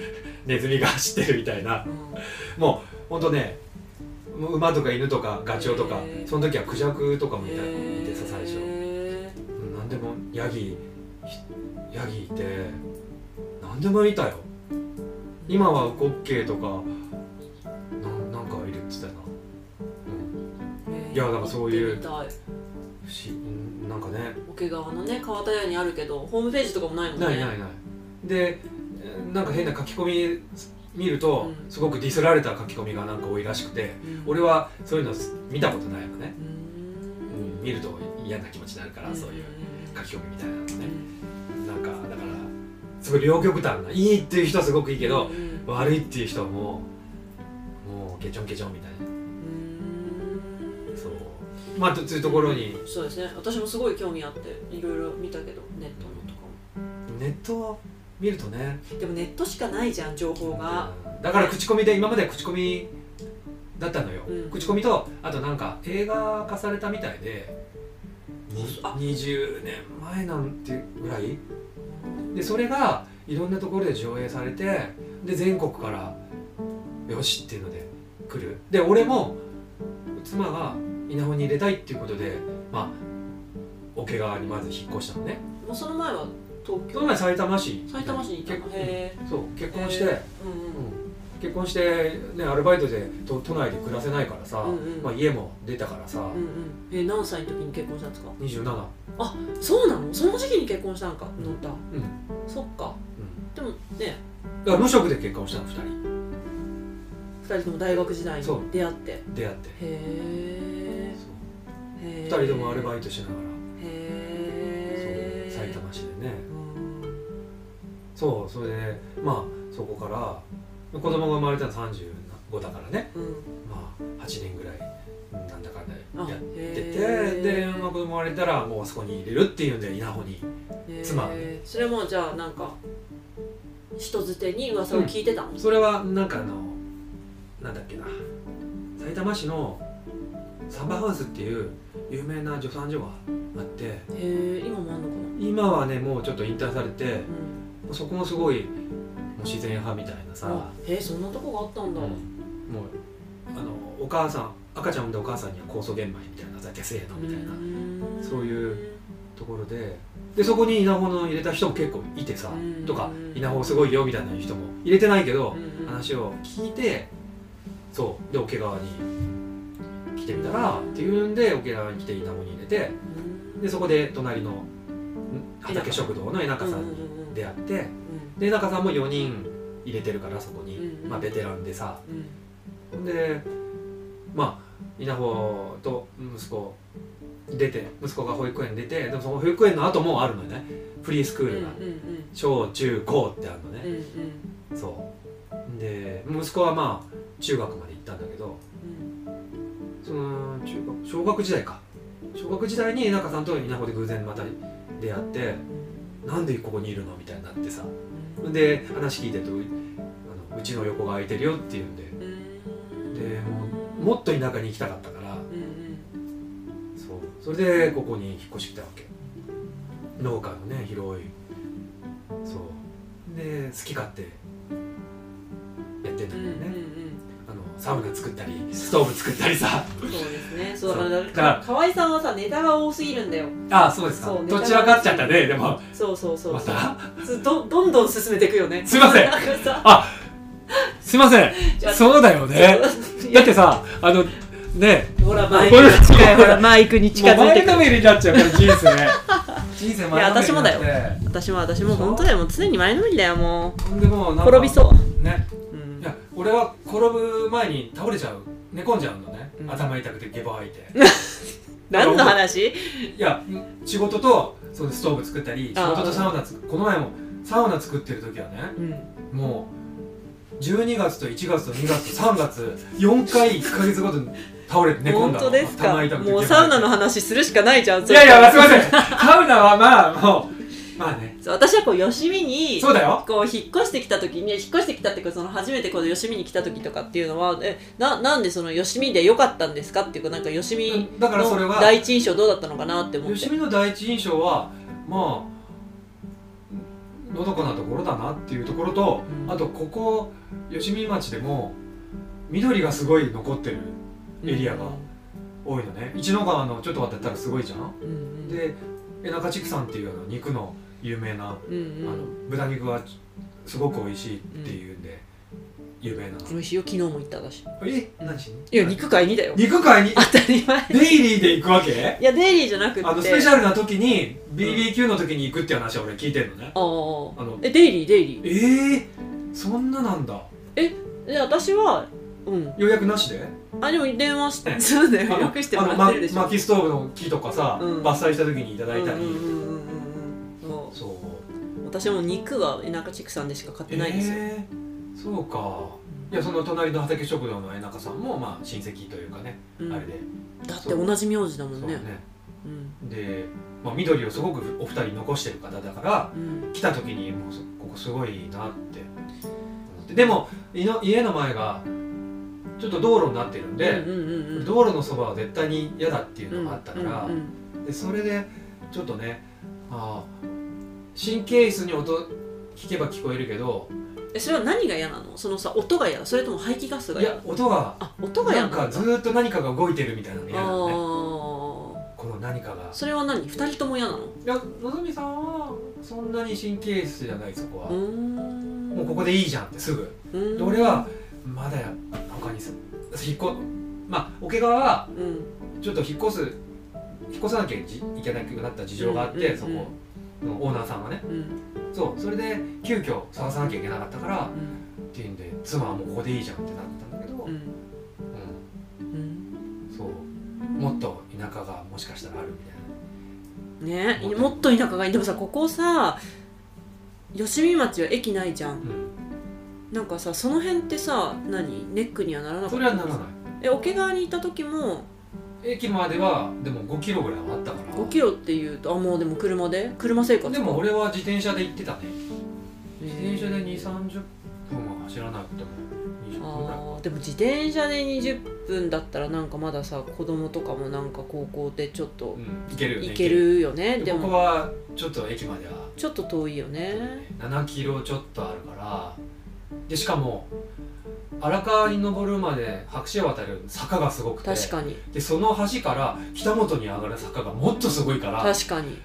S2: ネズミが走ってるみたいなもうほんとねもう馬とか犬とかガチョウとか
S1: へー
S2: その時はクジャクとかもいたいてさ最初。
S1: へ
S2: 何でもヤギひヤギいて何でもいたよ
S1: ー
S2: 今はウコッケイとかなんなんか入れてたな、うん、いやだからそういう
S1: 行ってみたい
S2: 不思議なんかね
S1: 桶川のね川田屋にあるけどホームページとかもないもんね
S2: ないないないでえーなんか変な書き込み見ると、
S1: うん
S2: すごくディスられた書き込みがなんか多いらしくて
S1: うん
S2: 俺はそういうのす見たことないのね、
S1: う
S2: うん
S1: ん
S2: 見ると嫌な気持ちになるから、そういう書き込みみたいなのね、なんかだからすごい両極端ないいっていう人はすごくいいけど、
S1: うんうん
S2: 悪いっていう人はもうもうケチョンケチョンみたいな
S1: うん
S2: まあとそういうところに
S1: そうですね私もすごい興味あっていろいろ見たけどネットのとかも
S2: ネットを見るとね
S1: でもネットしかないじゃん情報が
S2: だから口コミで今までは口コミだったのよ、
S1: うん
S2: 口コミとあとなんか映画化されたみたいでに
S1: あ
S2: 20年前なんてぐらいでそれがいろんなところで上映されてで全国からよしっていうので来るで俺も妻が稲穂に入れたいっていうことでまあ桶川にまず引っ越したのね
S1: もうその前は東
S2: その
S1: 京
S2: 前埼玉市
S1: 埼玉市にいたの
S2: 結
S1: へえ
S2: そう結婚して、
S1: うん
S2: 結婚して、ね、アルバイトで都都内で暮らせないからさ、
S1: うんうん
S2: まあ、家も出たからさ、
S1: うんうんうんえ何歳の時に結婚したんですか
S2: 27、
S1: そうなのその時期に結婚したんか
S2: うん
S1: 乗った
S2: うん
S1: そっかでもね
S2: だから無職で結婚したの2
S1: 2人とも大学時代に
S2: そう
S1: 出会ってへ
S2: 人出会って
S1: え
S2: 2人ともアル
S1: イ
S2: バイトしながら、
S1: トへえ
S2: そう埼玉市でね
S1: うん
S2: そうそれで、ね、まあそこから子供が生まれたの35だからね
S1: うん
S2: まあ8年ぐらいなんだかん
S1: あ
S2: だやって
S1: へ
S2: て
S1: え
S2: で、まあ、子供生まれたらもうあそこに入れるっていうんで稲穂に
S1: へえ
S2: 妻
S1: それもじゃあなんか人づてに噂を聞いてたの、
S2: それはなんかあのなんだっけな埼玉市のサンバハウスっていう有名な助産所があって
S1: へえ今もあんのかな
S2: 今はねもうちょっと引退されて
S1: うん
S2: そこもすごいもう自然派みたいなさ
S1: あ、へえそんなとこがあったんだ、
S2: もうあのお母さん赤ちゃん産んだお母さんには酵素玄米みたいな手製のみたいな
S1: うん
S2: そういうところででそこに稲穂の入れた人も結構いてさ
S1: うん
S2: とか稲穂すごいよみたいな人も入れてないけど、
S1: うん
S2: 話を聞いてそうで桶川に来てみたらっていうんで桶川に来て稲穂に入れて
S1: うん
S2: でそこで隣のん畑食堂の江中さんに
S1: うんうんうん
S2: 出会ってで江中さんも4人入れてるからそこに、
S1: うんうん
S2: まあ、ベテランでさ
S1: うんうん
S2: でまあ稲穂と息子出て息子が保育園出てでもその保育園の後もあるのよねフリースクールが、
S1: うんうん
S2: 小中高ってあるのね、
S1: うんうん
S2: そうで息子はまあ中学まで行ったんだけど
S1: うん
S2: その中学小学時代か小学時代に江中さんと稲穂で偶然また出会ってなんでここにいるのみたいになってさで話聞いてるとうあのうちの横が空いてるよっていうんで
S1: うん
S2: でもうもっと田舎に行きたかったから
S1: うんうん
S2: そうそれでここに引っ越してきたわけ農家のね広いそうで好き勝手やってんだけど
S1: うん
S2: ね、
S1: うん
S2: あのサウナ作ったりストーブ作ったりさ
S1: うんそうですねそう
S2: そう
S1: だから河合さんはさネタが多すぎるんだよ
S2: ああそうですか
S1: そう
S2: どちらかっちゃったねでも
S1: そうそうそう
S2: また
S1: ずどどんどん進めていくよね
S2: すいません
S1: なんかさ
S2: すいません
S1: じゃあ
S2: そうだよねだってさあのね
S1: ほらマイクに近いほらマイクに近づいてくる
S2: めりになっちゃうから人生 ね人生
S1: いや私もだよ
S2: よ
S1: 私も私も本当だよもう常に前のめりだよも
S2: でもう
S1: う
S2: なんか
S1: 転びそう
S2: ね
S1: う、うん
S2: いや俺は転ぶ前に倒れちゃう寝込んじゃうのね、
S1: うん
S2: 頭痛くて下バ吐いて
S1: 何の話
S2: いや仕事とそのストーブ作ったり仕事とサウナ作この前もサウナ作ってる時はね、
S1: うん
S2: もう12月と1月と2月と3月4回1か月ごとに倒れて寝込ん
S1: 本
S2: だの
S1: 当ですか
S2: 頭痛くて
S1: もうサウナの話するしかないじゃん
S2: いやいやすいません サウナはまあもうまあね
S1: そう私はこうよしみに
S2: そうだよ
S1: こう引っ越してきた時に引っ越してきたっていうかその初めてこのよしみに来た時とかっていうのはえななんでそのよしみで良かったんですかっていうかなんかよしみ
S2: だからそれ
S1: の
S2: は
S1: 第一印象どうだったのかなって思っ
S2: よ
S1: て
S2: しみの第一印象はまあのどかなところだなっていうところと、
S1: うん
S2: あとここ吉見町でも緑がすごい残ってるエリアが多いのね一の川のちょっと渡ったらすごいじゃん
S1: うんうん
S2: で江中畜産っていうあの肉の有名な
S1: うん
S2: あの
S1: うん
S2: 豚肉がすごく美味しいっていうんで有名なの、
S1: 美味しいよ昨日も行った私
S2: え何しに
S1: いや肉買いにだよ
S2: 肉買い に
S1: 当たり前
S2: デイリーで行くわけ
S1: いやデイリーじゃなくって
S2: あのスペシャルな時に BBQ の時に行くっていう話は俺聞いてんのね
S1: あー
S2: あの
S1: えデイリーデイリ
S2: えー、そんななんだ
S1: ーで私はうん
S2: 予約なしで
S1: あでも電話し
S2: え え
S1: てそうだ
S2: あ
S1: よ
S2: の
S1: よくしてもらってるでし
S2: あのま
S1: ょ
S2: 薪ストーブの木とかさ、
S1: うん
S2: 伐採した時にいただいたり、
S1: うんうんうんうんうんも
S2: そう
S1: う私も肉は田舎畜産でしか買ってないですよ、
S2: えーそうかいやその隣の畑食堂の江中さんもまあ親戚というかね、
S1: うん
S2: あれで
S1: だって同じ名字だも
S2: そ
S1: ん
S2: う
S1: ね
S2: ね
S1: うん
S2: で、まあ、緑をすごくお二人残してる方だから
S1: うん
S2: 来た時にもうそここすごいなって思ってでもいの家の前がちょっと道路になってるんで、
S1: うんうんうんうん
S2: 道路のそばは絶対に嫌だっていうのがあったから、
S1: うんうん
S2: でそれでちょっとねあー神経質に音聞けば聞こえるけど
S1: うんえそれは何が嫌なのそのさ音が嫌だそれとも排気ガスが
S2: い
S1: 嫌
S2: や
S1: だ
S2: 音が
S1: あ音が嫌
S2: な
S1: なんんだ
S2: かずーっと何かが動いてるみたいなの
S1: あ
S2: 嫌なのね
S1: ー
S2: この何かが
S1: それは何二人とも嫌なのう
S2: いやのぞみさんはそんなに神経質じゃないそこは、
S1: ーん
S2: もうここでいいじゃんってすぐ
S1: うーん
S2: で俺はまだ他にす引っ越まあ桶川は
S1: うん
S2: ちょっと引っ越す引っ越さなきゃいけなくなった事情があって、
S1: うんうん
S2: そこのオーナーさんがね
S1: うん
S2: そうそれで急遽探さなきゃいけなかったから
S1: う、ん
S2: っていうんで妻はもうここでいいじゃんってなったんだけど、う
S1: うんんうん
S2: そうもっと田舎がもしかしたらあるみたい
S1: ね
S2: もっと
S1: もっと田舎がいいでもさここさ吉見町は駅ないじゃん
S2: な、
S1: なんかさその辺ってさ何ネックにはならなか
S2: そ
S1: っ
S2: れ
S1: た
S2: はならない
S1: え桶川にいた時も
S2: 駅まではでも5キロぐらいはあったから
S1: 5キロっていうとあもうでも車で車生活
S2: でも俺は自転車で行ってたね自転車で2
S1: 3
S2: 3 0分は走らなくても20分ぐらい
S1: あーでも自転車で20分だったらなんかまださ子供とかもなんか高校でちょっと
S2: うん行けるよね
S1: 行けるよね
S2: 行ける
S1: で
S2: ここ
S1: も
S2: はちょっと駅までは
S1: ちょっと遠いよね
S2: 7キロちょっとあるからでしかも荒川に登るまで白紙を渡る坂がすごくて
S1: 確かに
S2: でその橋から北本に上がる坂がもっとすごいから
S1: 確かに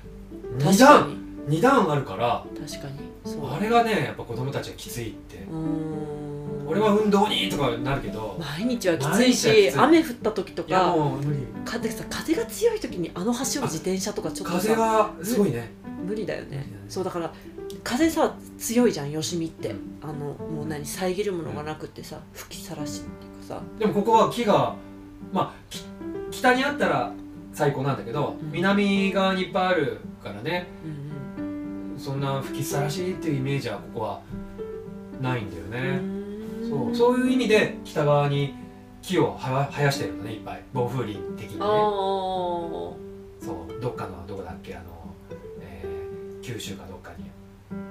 S2: 2
S1: 確か
S2: 段
S1: に
S2: 二段あるから
S1: 確かにそう
S2: あれがねやっぱ子供たちはきついって
S1: うーん
S2: 俺は運動にとかなるけど
S1: 毎日はきついし
S2: 毎日はきつい
S1: 雨降った時と
S2: いや
S1: か
S2: もう無理
S1: かでさ風が強い時にあの橋を自転車とかちょっと
S2: 風
S1: さ
S2: がすごいね
S1: 無理だよね
S2: 無理だね
S1: そうだから風さ強いじゃんよしみって
S2: うん
S1: あのもう何遮るものがなくてさ吹きさらしっていうかさ
S2: でもここは木がまあき北にあったら最高なんだけど
S1: うん
S2: 南側にいっぱいあるからね
S1: うん
S2: そんな吹きさらしっていうイメージはここはないんだよ
S1: うん
S2: ね
S1: うーん
S2: そうそういう意味で北側に木をは生やしてるんだねいっぱい暴風林的にね
S1: あー
S2: そうどっかのどこだっけあの、えー九州かどっかに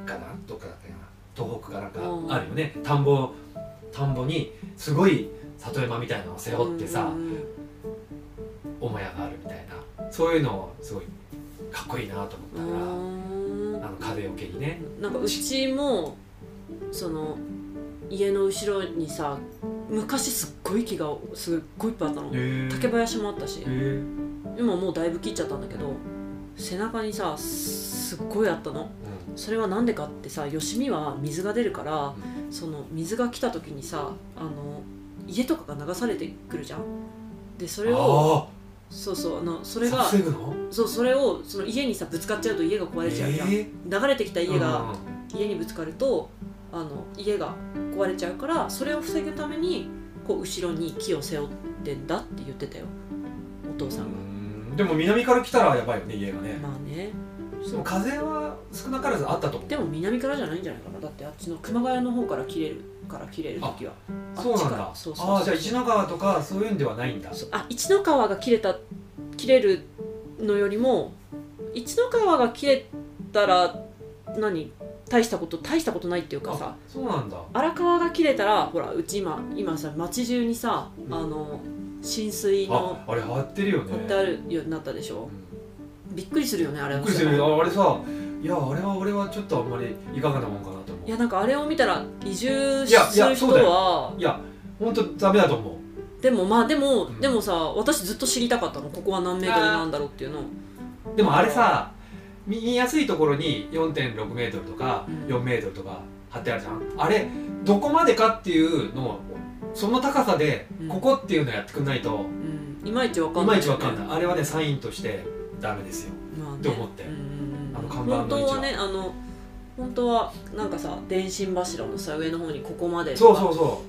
S2: かなどっかだっけな東北かなんか
S1: うん
S2: あるよね田んぼ田んぼにすごい里山みたいなのを背負ってさ
S1: うん
S2: 母屋があるみたいなそういうのをすごいかっこいいなと
S1: う
S2: 思っ
S1: ん
S2: たからあの風よけにね
S1: なんかうちもその家の後ろにさ昔すっごい木がすっごいいっぱいあったの竹林もあったし
S2: うん
S1: 今もうだいぶ切っちゃったんだけど背中にさすっごいあったのそれはなんでかってさ吉見は水が出るからその水が来た時にさあの家とかが流されてくるじゃんでそれを
S2: あ
S1: そうそうあのそ
S2: そ
S1: れが
S2: 防ぐの
S1: そうそれをその家にさぶつかっちゃうと家が壊れちゃうじゃん、
S2: え
S1: 流れてきた
S2: ー
S1: 家が、
S2: うん
S1: 家にぶつかるとあの家が壊れちゃうからそれを防ぐためにこう後ろに木を背負ってんだって言ってたよお父さんが、
S2: うんでも南から来たらやばいよね家がね
S1: まあね
S2: でも風は少なからずあったと思う
S1: でも南からじゃないんじゃないかなだってあっちの熊谷の方から切れるから切れる時はあ
S2: そう
S1: あっち
S2: なん
S1: か
S2: だ
S1: らそうそうそう
S2: ああじゃあ一ノ川とかそういうんではないんだ
S1: そあ一の川が切れた切れるのよりも一の川が切れたら何大したこと大したことないっていうかさ
S2: あそうなんだ
S1: 荒川が切れたらほらうち今今さ町中にさ、あの浸水の
S2: ああれ張ってるよね
S1: 貼ってあるようになったでし
S2: う
S1: ょ
S2: ん
S1: びっくりするよねあれ
S2: びっ
S1: は
S2: くりするよああれさいやあれは俺はちょっとあんまりいかがなもんかなと思う
S1: い
S2: い
S1: や
S2: や
S1: なんかあれを見たら移住
S2: いや
S1: する人
S2: そうだ
S1: は
S2: ほんとダメだと思う
S1: でもまあでも、
S2: うん
S1: でもさ私ずっと知りたかったのここは何メートルなんだろうっていうの
S2: でもあれさ見見やすいところに4.6メートルとか
S1: うん
S2: 4メートルとか貼ってあるじゃんあれどこまでかっていうのをその高さで
S1: うん
S2: ここっていうのやってくんないと
S1: うんいまいちわ
S2: い
S1: かんな
S2: ま
S1: い
S2: いちわかんない
S1: い
S2: あれはねサインとしてダメですよ
S1: まあね
S2: って思って
S1: うんうんうん
S2: あの看板の
S1: 本
S2: 位置は
S1: 当はねあの本当はなんかさ電信柱のさ上の方にここまでとか
S2: そうそうそ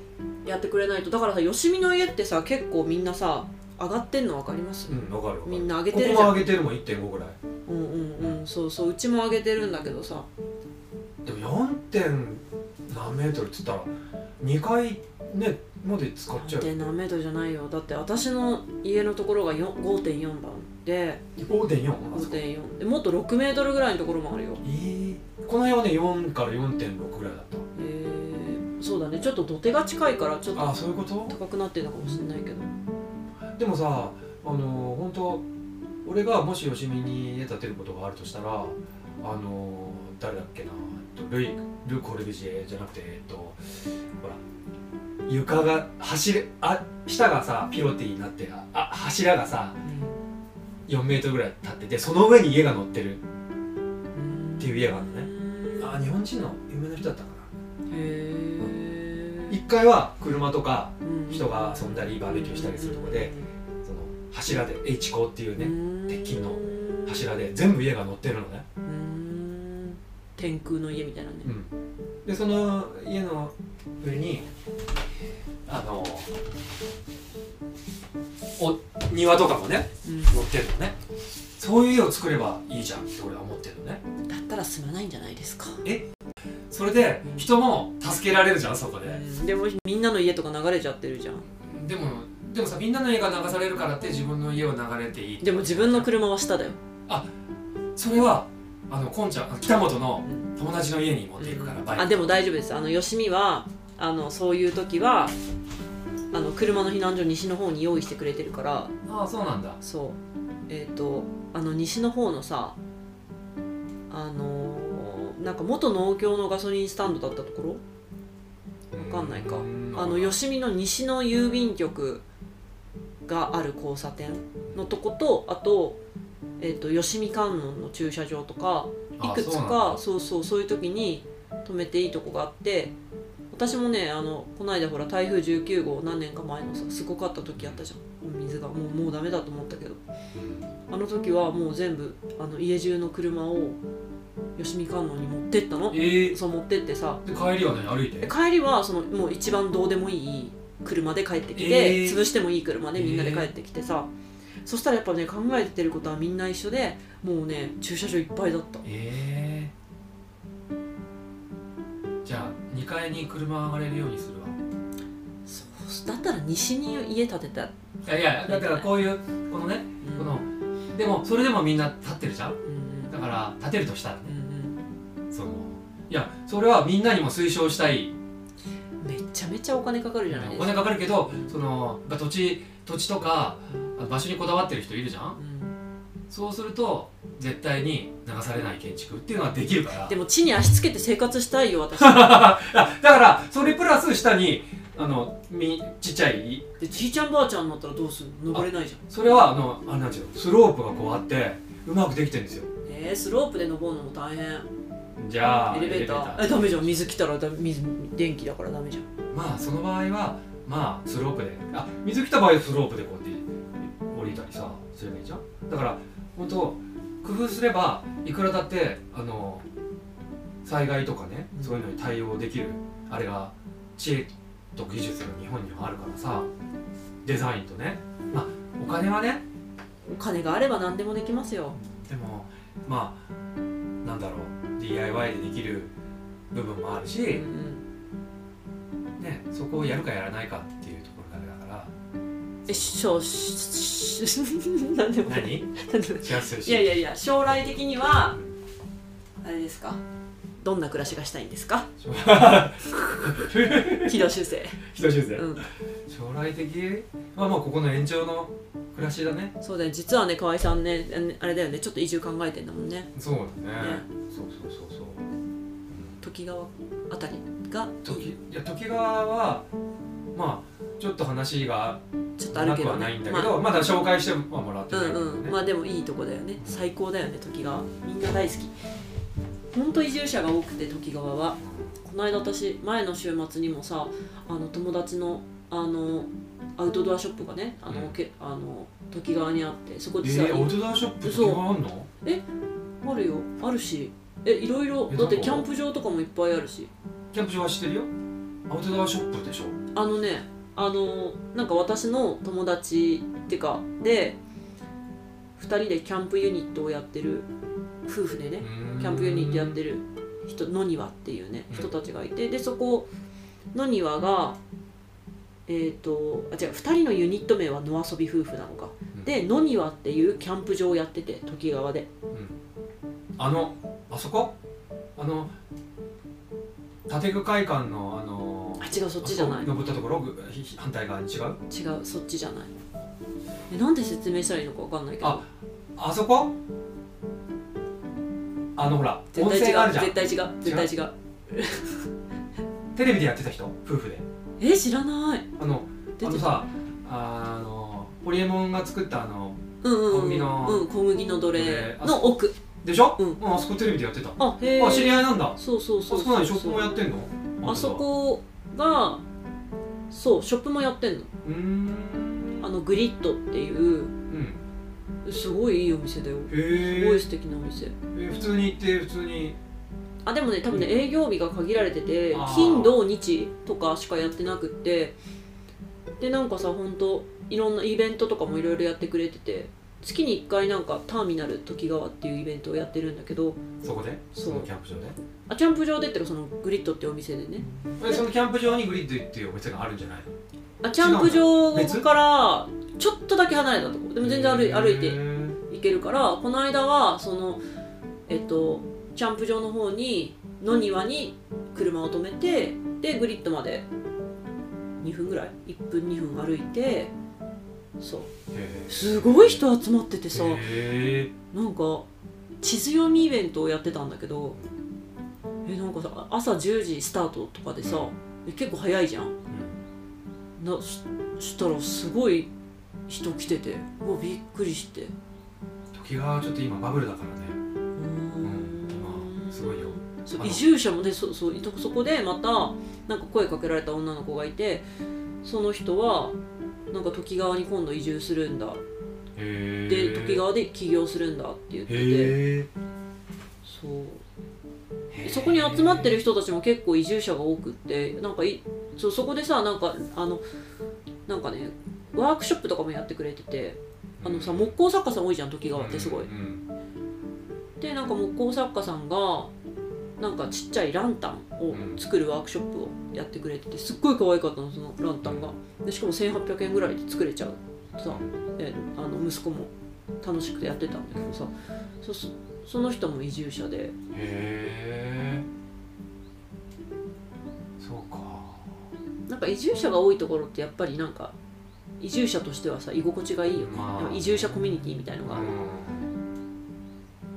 S2: う
S1: やってくれないとだからさ吉見の家ってさ結構みんなさ上がってんの分かります、
S2: うん、わかるわかる
S1: みんな上げてるじゃん
S2: ここも上げてるもん1.5ぐらい
S1: うん、うんうんそうそううちも上げてるんだけどさ
S2: でも 4. 点何メートルっつったら2階ねまで使っちゃう
S1: で何メートルじゃないよだって私の家のところがよん5.4番で
S2: 5.4あそこえ
S1: 5.4でもっと6メートルぐらいのところもあるよ
S2: ーこの辺はね4から4.6ぐらいだっ
S1: えー、そうだねちょっと土手が近いからちょった
S2: あ
S1: と
S2: あそういうこと
S1: 高くなってるのかもしれないけど
S2: でもさあの本当俺がもしよしみに家建てることがあるとしたらあの誰だっけなえっとルイル・コルビジエじゃなくてえっとほら床が走れあ下がさピロティになってああ柱がさ4メートルぐらい立っててその上に家が乗ってるっていう家があるのねあ日本人の有名な人だったか
S1: へ
S2: な
S1: え
S2: 1階は車とか人が遊んだりバーベキューしたりするとこでその柱で H 鋼っていうね鉄筋の柱で全部家が乗ってるのね、
S1: うん天空の家みたいなね
S2: でその家の上にあのお庭とかもね乗ってるのねそういう家を作ればいいじゃんって俺は思ってるのね
S1: うんだったら住まないんじゃないですか
S2: それで人も助けられるじゃんそこで
S1: うんでもみんなの家とか流れちゃってるじゃん
S2: でもでもさみんなの家が流されるからって自分の家を流れていい
S1: でも自分の車は下だよ
S2: それはあのこんちゃんあ北本の友達の家に持っていくからバイク
S1: あでも大丈夫ですあのよしみはあのそういう時はあの車の避難所西の方に用意してくれてるから
S2: ああそうなんだ
S1: そうえっ、とあの西の方のさあのーなんか元農協のガソリンスタンドだったとこわかんないかろあのよしみの西の郵便局がある交差点のとことあと,、えっとよしみ観音の駐車場とかいくつかそうそうそういう時に止めていいとこがあって私もねあのこの間ほら台風19号何年か前のさすごかった時あったじゃん水がもうもうダメだと思ったけどあの時はもう全部あの家中の車を吉見観音に持ってったの
S2: えー、
S1: そう持ってってさ
S2: で帰りはね歩い
S1: で
S2: て
S1: 帰りはそのもう一番どうでもいい車で帰ってきて、
S2: えー
S1: 潰してもいい車でみんなで
S2: えー
S1: 帰ってきてさ、そしたらやっぱね考えてることはみんな一緒でもうね駐車場いっぱいだった
S2: えー、じゃあ2階に車上がれるようにするわ
S1: そうだったら西に家建てた、
S2: いやいやだからこういうこのね
S1: うん
S2: このでもそれでもみんな立ってるじゃん
S1: うん
S2: だから立てるとしたらね
S1: うん
S2: そのいやそれはみんなにも推奨したい
S1: うんめちゃめちゃお金かかるじゃないです
S2: お
S1: か
S2: 金かかるけどそのやっぱ土地土地とか場所にこだわってる人いるじゃん
S1: うん
S2: そうすると絶対に流されない建築っていうのはできるから
S1: でも地に足つけて生活したいよ 私
S2: あだからそれプラス下にあのみちっちゃい
S1: でじいちゃんばあちゃんになったらどうするの登れない じゃん
S2: それはあのあれなんていうのスロープがこうあってうまくできてるんですよ
S1: えー、スロープで登るのも大変
S2: じゃあ
S1: エレベーターえダメじゃん水来たらだ水電気だからダメじゃん
S2: まあその場合はまあスロープであ水来た場合はスロープでこうやって降りたりさすればいいじゃんだから本当工夫すればいくらだってあの災害とかねそういうのに対応できるあれが知恵と技術が日本にはあるからさデザインとねまあお金はね
S1: お金があれば何でもできますよ
S2: でもまあなんだろう DIY でできる部分もあるし、
S1: うんうん
S2: ね、そこをやるかやらないかっていうところだけだから
S1: えしょしし 何でも何
S2: 何
S1: でも
S2: シェアするし
S1: いやいやいや将来的にはあれですかどんな暮らしがしたいんです か軌道修正
S2: 人修正
S1: うん
S2: 将来的まあまあここの延長の暮らしだね
S1: そうだよ実はね河合さんねあのあれだよねちょっと移住考えてんだもんね
S2: そうだ
S1: ね
S2: そうそうそうそう
S1: 時川あたりが
S2: 時いや時川はまあちょっと話が
S1: ちょっとある
S2: な
S1: け
S2: く
S1: ど、
S2: は
S1: ね、
S2: ないんだけど、まだ紹介してはもらって
S1: まあ
S2: ない
S1: うん
S2: けど
S1: うん
S2: ね、
S1: まあでもいいとこだよね最高だよね時川みんな大好きほんと移住者が多くて時川はこの間私前の週末にもさあの友達のあのアウトドアショップがねあの、
S2: うん
S1: けあの時川にあってそこ
S2: え
S1: でさ、
S2: ー、オートドアショップ時
S1: そう
S2: 川あんの
S1: あるよあるしえいろいろ
S2: え
S1: だって
S2: なん
S1: キ
S2: か
S1: ャンプ場とかもいっぱいあるし
S2: キャンプ場は知ってるよアウトドアショップでしょ
S1: あのねあのなんか私の友達ってかで2人でキャンプユニットをやってる夫婦でねキャンプユニットやって
S2: る
S1: る人野庭っていうね
S2: うん
S1: 人たちがいてでそこ野庭がえー、とあ違う2人のユニット名は野遊び夫婦なのか、
S2: うん
S1: で野庭っていうキャンプ場をやってて時計川で
S2: あのあそこあの建具会館のあの
S1: あ違うそっちじゃな
S2: あ
S1: い
S2: そこ登ったところぐひひ反対側に違う
S1: 違うそっちじゃないえなんで説明したらいいのか分かんないけど
S2: ああそこあのほら温
S1: 絶対
S2: 泉があ
S1: 違
S2: る
S1: う
S2: じゃ
S1: 絶
S2: ん
S1: 対違う絶対違う
S2: テレビでやってた人夫婦で
S1: え知らない
S2: あのあ
S1: 出
S2: の
S1: てた
S2: さあのホリエモンが作ったあの
S1: うんうんうん
S2: コンビの
S1: うん、小麦の奴
S2: 奴
S1: 隷
S2: 隷あ
S1: の奥
S2: でしょ、
S1: うん
S2: もあそこテレビでやってた
S1: あへえ
S2: あ知り合いなんだあ
S1: そうそうそう
S2: そこ何ショップもやってんの
S1: あそこがそうショップもやってんの
S2: うーん
S1: あのグリッドって
S2: う
S1: い
S2: ん
S1: うすごいいいお店だよ
S2: へ
S1: すごい
S2: ー
S1: 素敵なお店
S2: え普通に行って普通に
S1: あでもね多分ね営業日が限られてて
S2: あー
S1: 金土日とかしかやってなくってでなんかさほんといろんなイベントとかもいろいろやってくれてて月に1回なんかターミナル時川っていうイベントをやってるんだけど
S2: そこで
S1: そう
S2: そのキャンプ場で
S1: あキャンプ場でっていうかそのグリッドってお店でね
S2: えそのキャンプ場にグリッドっていうお店があるんじゃないの
S1: あキャンプ場
S2: 違うんだ別
S1: からちょっとだけ離れたとこでも全然歩い歩いて
S2: うん
S1: 行けるからこの間はそのえっとキャンプ場の方に野庭に車を止めてでグリッドまで2分ぐらい1分2分歩いてそう
S2: へー
S1: すごい人集まっててさ
S2: へ
S1: なんか地図読みイベントをやってたんだけどえなんかさ朝10時スタートとかでさえ結構早いじゃん
S2: ーうん
S1: なししたらすごい人来ててうわびっくりして
S2: 時がちょっと今バブルだからね
S1: うー
S2: う
S1: ん
S2: ん今すごいよ
S1: そう
S2: あの
S1: 移住者もねそそういとそこでまたなんか声かけられた女の子がいてその人はなんか時川に今度移住するんだ
S2: へ
S1: で時
S2: が
S1: 川で起業するんだって言ってて
S2: へ
S1: そう
S2: え
S1: そこに集まってる人たちも結構移住者が多くってなんかいそうそこでさなんかあのなんかねワークショップとかもやってくれててあのさ木工作家さん多いじゃん時川ってすごい
S2: うんうん
S1: でなんか木工作家さんがなんかちっちゃいランタンを作るワークショップをやってくれててすっごい可愛かったのそのランタンがでしかも1800円ぐらいで作れちゃうさであの息子も楽しくてやってたんだけどさそそその人も移住者で
S2: へえそうか
S1: なんか移住者が多いところってやっぱりなんか移住者としてはさ居心地がいいよね、
S2: まあ
S1: 移住者コミュニティみたいのが、
S2: うん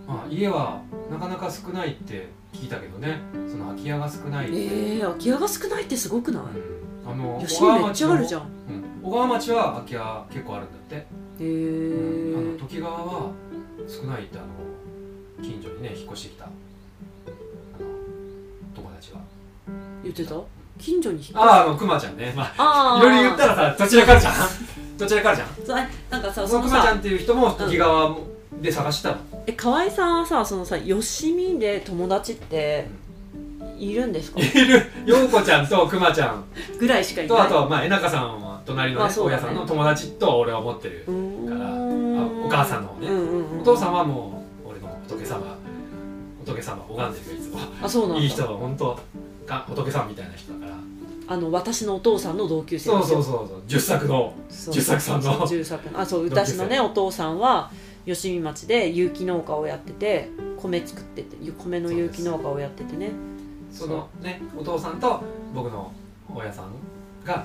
S2: まあ家はなかなか少ないって聞いたけどねその空き家が少ない、
S1: えー、空き家が少ないってすごくない
S2: うんあの
S1: 吉見めっちゃあるじ
S2: ゃん、
S1: ゃん
S2: うん小川町は空き家結構あるんだって、
S1: へえ
S2: うんあの
S1: ー、
S2: 時川は少ないってあの近所にね引っ越してきたあの友達が
S1: 言ってた近所に引っ越し
S2: あああの熊ちゃんねまあ
S1: あー
S2: いろいろ言ったらさどちらからじゃん どちらからじゃん
S1: そうあなんかさ
S2: そ
S1: そ
S2: の
S1: の
S2: 熊ちゃ
S1: さ
S2: んっていう人も時川で探してたの、
S1: え河合さんはさそのさよしみで友達っているんですか
S2: いる陽子ちゃんと熊ちゃん
S1: ぐらいしかいない
S2: とあとはまあ江中さんは隣の、
S1: ま
S2: ね
S1: あそう
S2: 大
S1: だ
S2: 家
S1: ね
S2: さんの友達と俺は思ってる、
S1: うーん
S2: からあお母さんの方ね
S1: うんうんうん、
S2: お父さんはもう俺の仏様仏様拝んでるよいつも
S1: あそうなんだ
S2: いい人は本当が仏さんみたいな人だから
S1: あの私のお父さんの同級生
S2: そうそううそうそう十作の
S1: そう
S2: 十作さんの
S1: そう十作のあそう私のねお父さんは吉見町で有機農家をやってて米作ってて米の有機農家をやっててね
S2: そのねお父さんと僕の大家さんが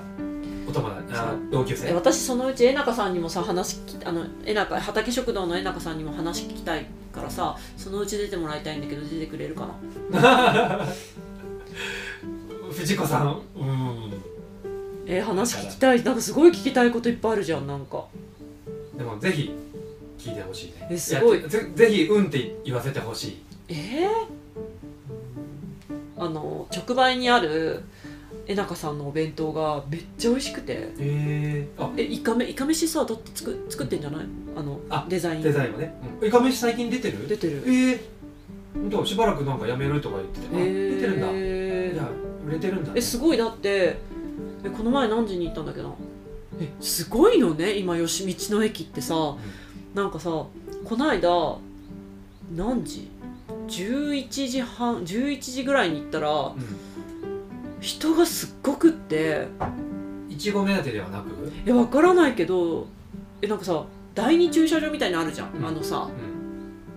S2: お友達あ
S1: そう
S2: 同級
S1: え
S2: 生
S1: 私そのうち江中さんにもさ話聞きあの江中畑食堂の江中さんにも話聞きたいからさそのうち出てもらいたいんだけど出てくれるかな
S2: 藤子さんうん
S1: えー話聞きたいなんかすごい聞きたいこといっぱいあるじゃんなんか
S2: でもぜひ聞いてほしいね
S1: えすごい
S2: やぜぜひ「うん」って言わせてほしい
S1: えー、あの直売にあるえなかさんのお弁当がめっちゃ美味しくて
S2: えー、あ
S1: えいかめいかめしさだってつく作ってんじゃないあの
S2: あ
S1: デザイン
S2: デザインもね、うん、イカ飯最近出てる
S1: 出てる
S2: ええー、どうしばらくなんかやめるとか言ってて、あ出てるんだい
S1: えー
S2: や売れてるんだ、ね、
S1: えすごいだってえこの前何時に行ったんだっけなえすごいのね今よし道の駅ってさ、なんかさこないだ何時11時半11時ぐらいに行ったら
S2: う
S1: 人がすっごくって
S2: ん、いちご目当てではなく、
S1: いや分からないけどえなんかさ第二駐車場みたいなのあるじゃん、
S2: うん
S1: あのさ
S2: うん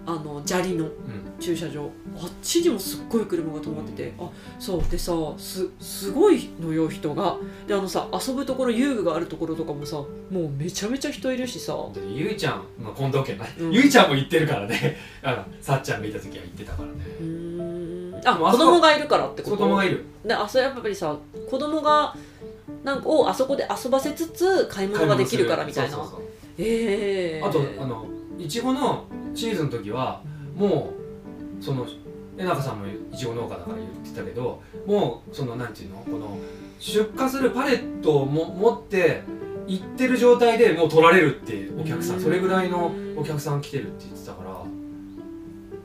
S1: あの砂利の
S2: うん、
S1: 駐車場あっちにもすっごい車が止まっててあそうでさすすごいのよ人がであのさ遊ぶところ遊具があるところとかもさもうめちゃめちゃ人いるしさ
S2: 本当にゆいちゃん、まあ、近藤家ね、
S1: うん
S2: ゆいちゃんも行ってるからね あのさっちゃん見た時は行ってたからね
S1: うーんあ
S2: でもあ
S1: 子
S2: そこ
S1: 供がいるからってこ
S2: 子
S1: と
S2: 供がいる
S1: であそれやっぱりさ子供がなんかをあそこで遊ばせつつ買い物ができるからみたいな
S2: そうそうそう
S1: ええ
S2: あとあのいちごのシーズンの時はもうその江中さんもいちご農家だから言ってたけどもうそのなんていうのこの出荷するパレットをも持って行ってる状態でもう取られるっていうお客さ
S1: うん
S2: んそれぐらいのお客さん来てるって言ってたから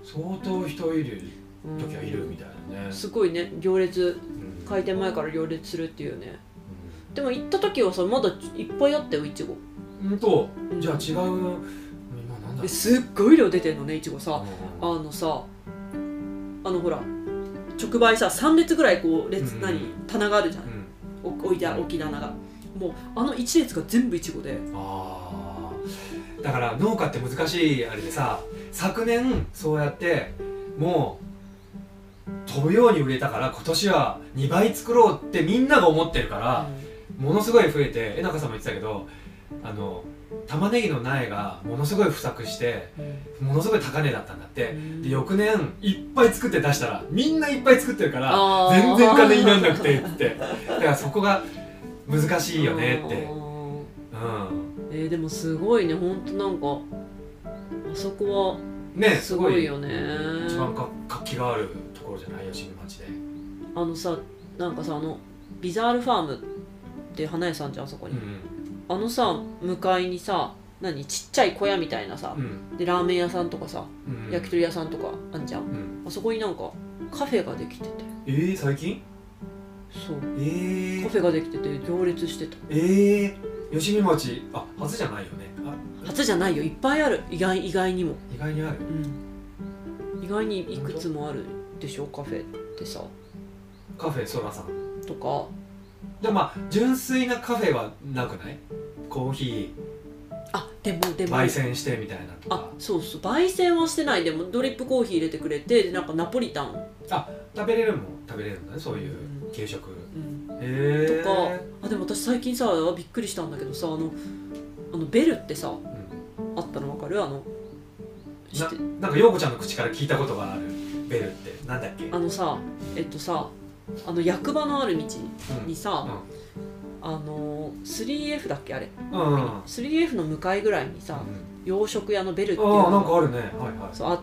S2: 相当人いる
S1: うん
S2: 時はいるみたいなね、
S1: すごいね行列
S2: うん
S1: 開店前から行列するっていうねでも行った時はさまだいっぱいあったよいちご
S2: うんとじゃあ違う今なんだ
S1: えすっごい量出てんのねいちごさあ
S2: う
S1: のさあのほら直売さ3列ぐらいこう列、
S2: うん
S1: 何棚があるじゃん
S2: ん
S1: お置いてある大きい棚がもうあの1列が全部いちごで
S2: あーだから農家って難しいあれでさ昨年そうやってもう飛ぶように売れたから今年は2倍作ろうってみんなが思ってるからものすごい増えて江中さんも言ってたけどあの玉ねぎの苗がものすごい不作してものすごい高値だったんだってで翌年いっぱい作って出したらみんないっぱい作ってるから
S1: あー
S2: 全然金になんなくてっつってだからそこが難しいよねって
S1: あ。ー
S2: うん
S1: えー、でもすごいねほんとなんかあそこは
S2: ね
S1: すごいよね
S2: 一番か活気があるところじゃない吉見町で
S1: あのさなんかさあのビザールファームって花屋さんじゃんあそこに、
S2: ん
S1: あのさ向かいにさ何ちっちゃい小屋みたいなさ
S2: う、ん
S1: でラーメン屋さんとかさ、
S2: うん
S1: 焼き鳥屋さんとかあんじゃん
S2: うん
S1: あそこになんかカフェができてて
S2: えー、最近
S1: そう
S2: え
S1: カ
S2: ー、
S1: フェができてて行列してた
S2: えー、吉見町あ初じゃないよねあ
S1: 初じゃないよいっぱいある意外意外にも、
S2: 意外にある
S1: うん、意外にいくつもあるでしょカフェってさ
S2: カフェそらさん
S1: とか
S2: でもまあ純粋なカフェはなくないコーヒ
S1: あでもで
S2: ー
S1: も
S2: 焙煎してみたいなと
S1: あ
S2: か
S1: そうそう焙煎はしてないでもドリップコーヒー入れてくれてでなんかナポリタン、
S2: 食べれるもん食べれるんだねそういう軽食
S1: うん、
S2: え
S1: と
S2: ー、
S1: かあでも私最近さびっくりしたんだけどさあのあのベルってさ
S2: うん
S1: あったの分かるあの知って
S2: なんか陽子ちゃんの口から聞いたことがあるベルってなんだっけ
S1: あのさえっとさあの役場のある道にさ、あの 3F だっけあれ
S2: うん、うんうん、あ
S1: 3F の向かいぐらいにさ洋食屋のベルっていう
S2: あ
S1: の
S2: なん
S1: が
S2: かあるねはいはい
S1: そうあ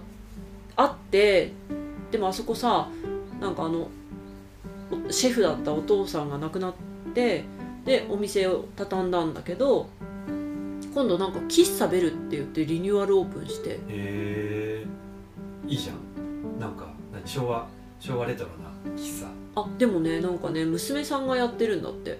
S1: あってでもあそこさなんかあのおシェフだったお父さんが亡くなってでお店を畳んだんだけど今度なんか喫茶ベルって言ってリニューアルオープンして
S2: へえいいじゃんなんか何昭和昭和レトロな喫茶へ
S1: あでもねなんかね娘さんがやってるんだって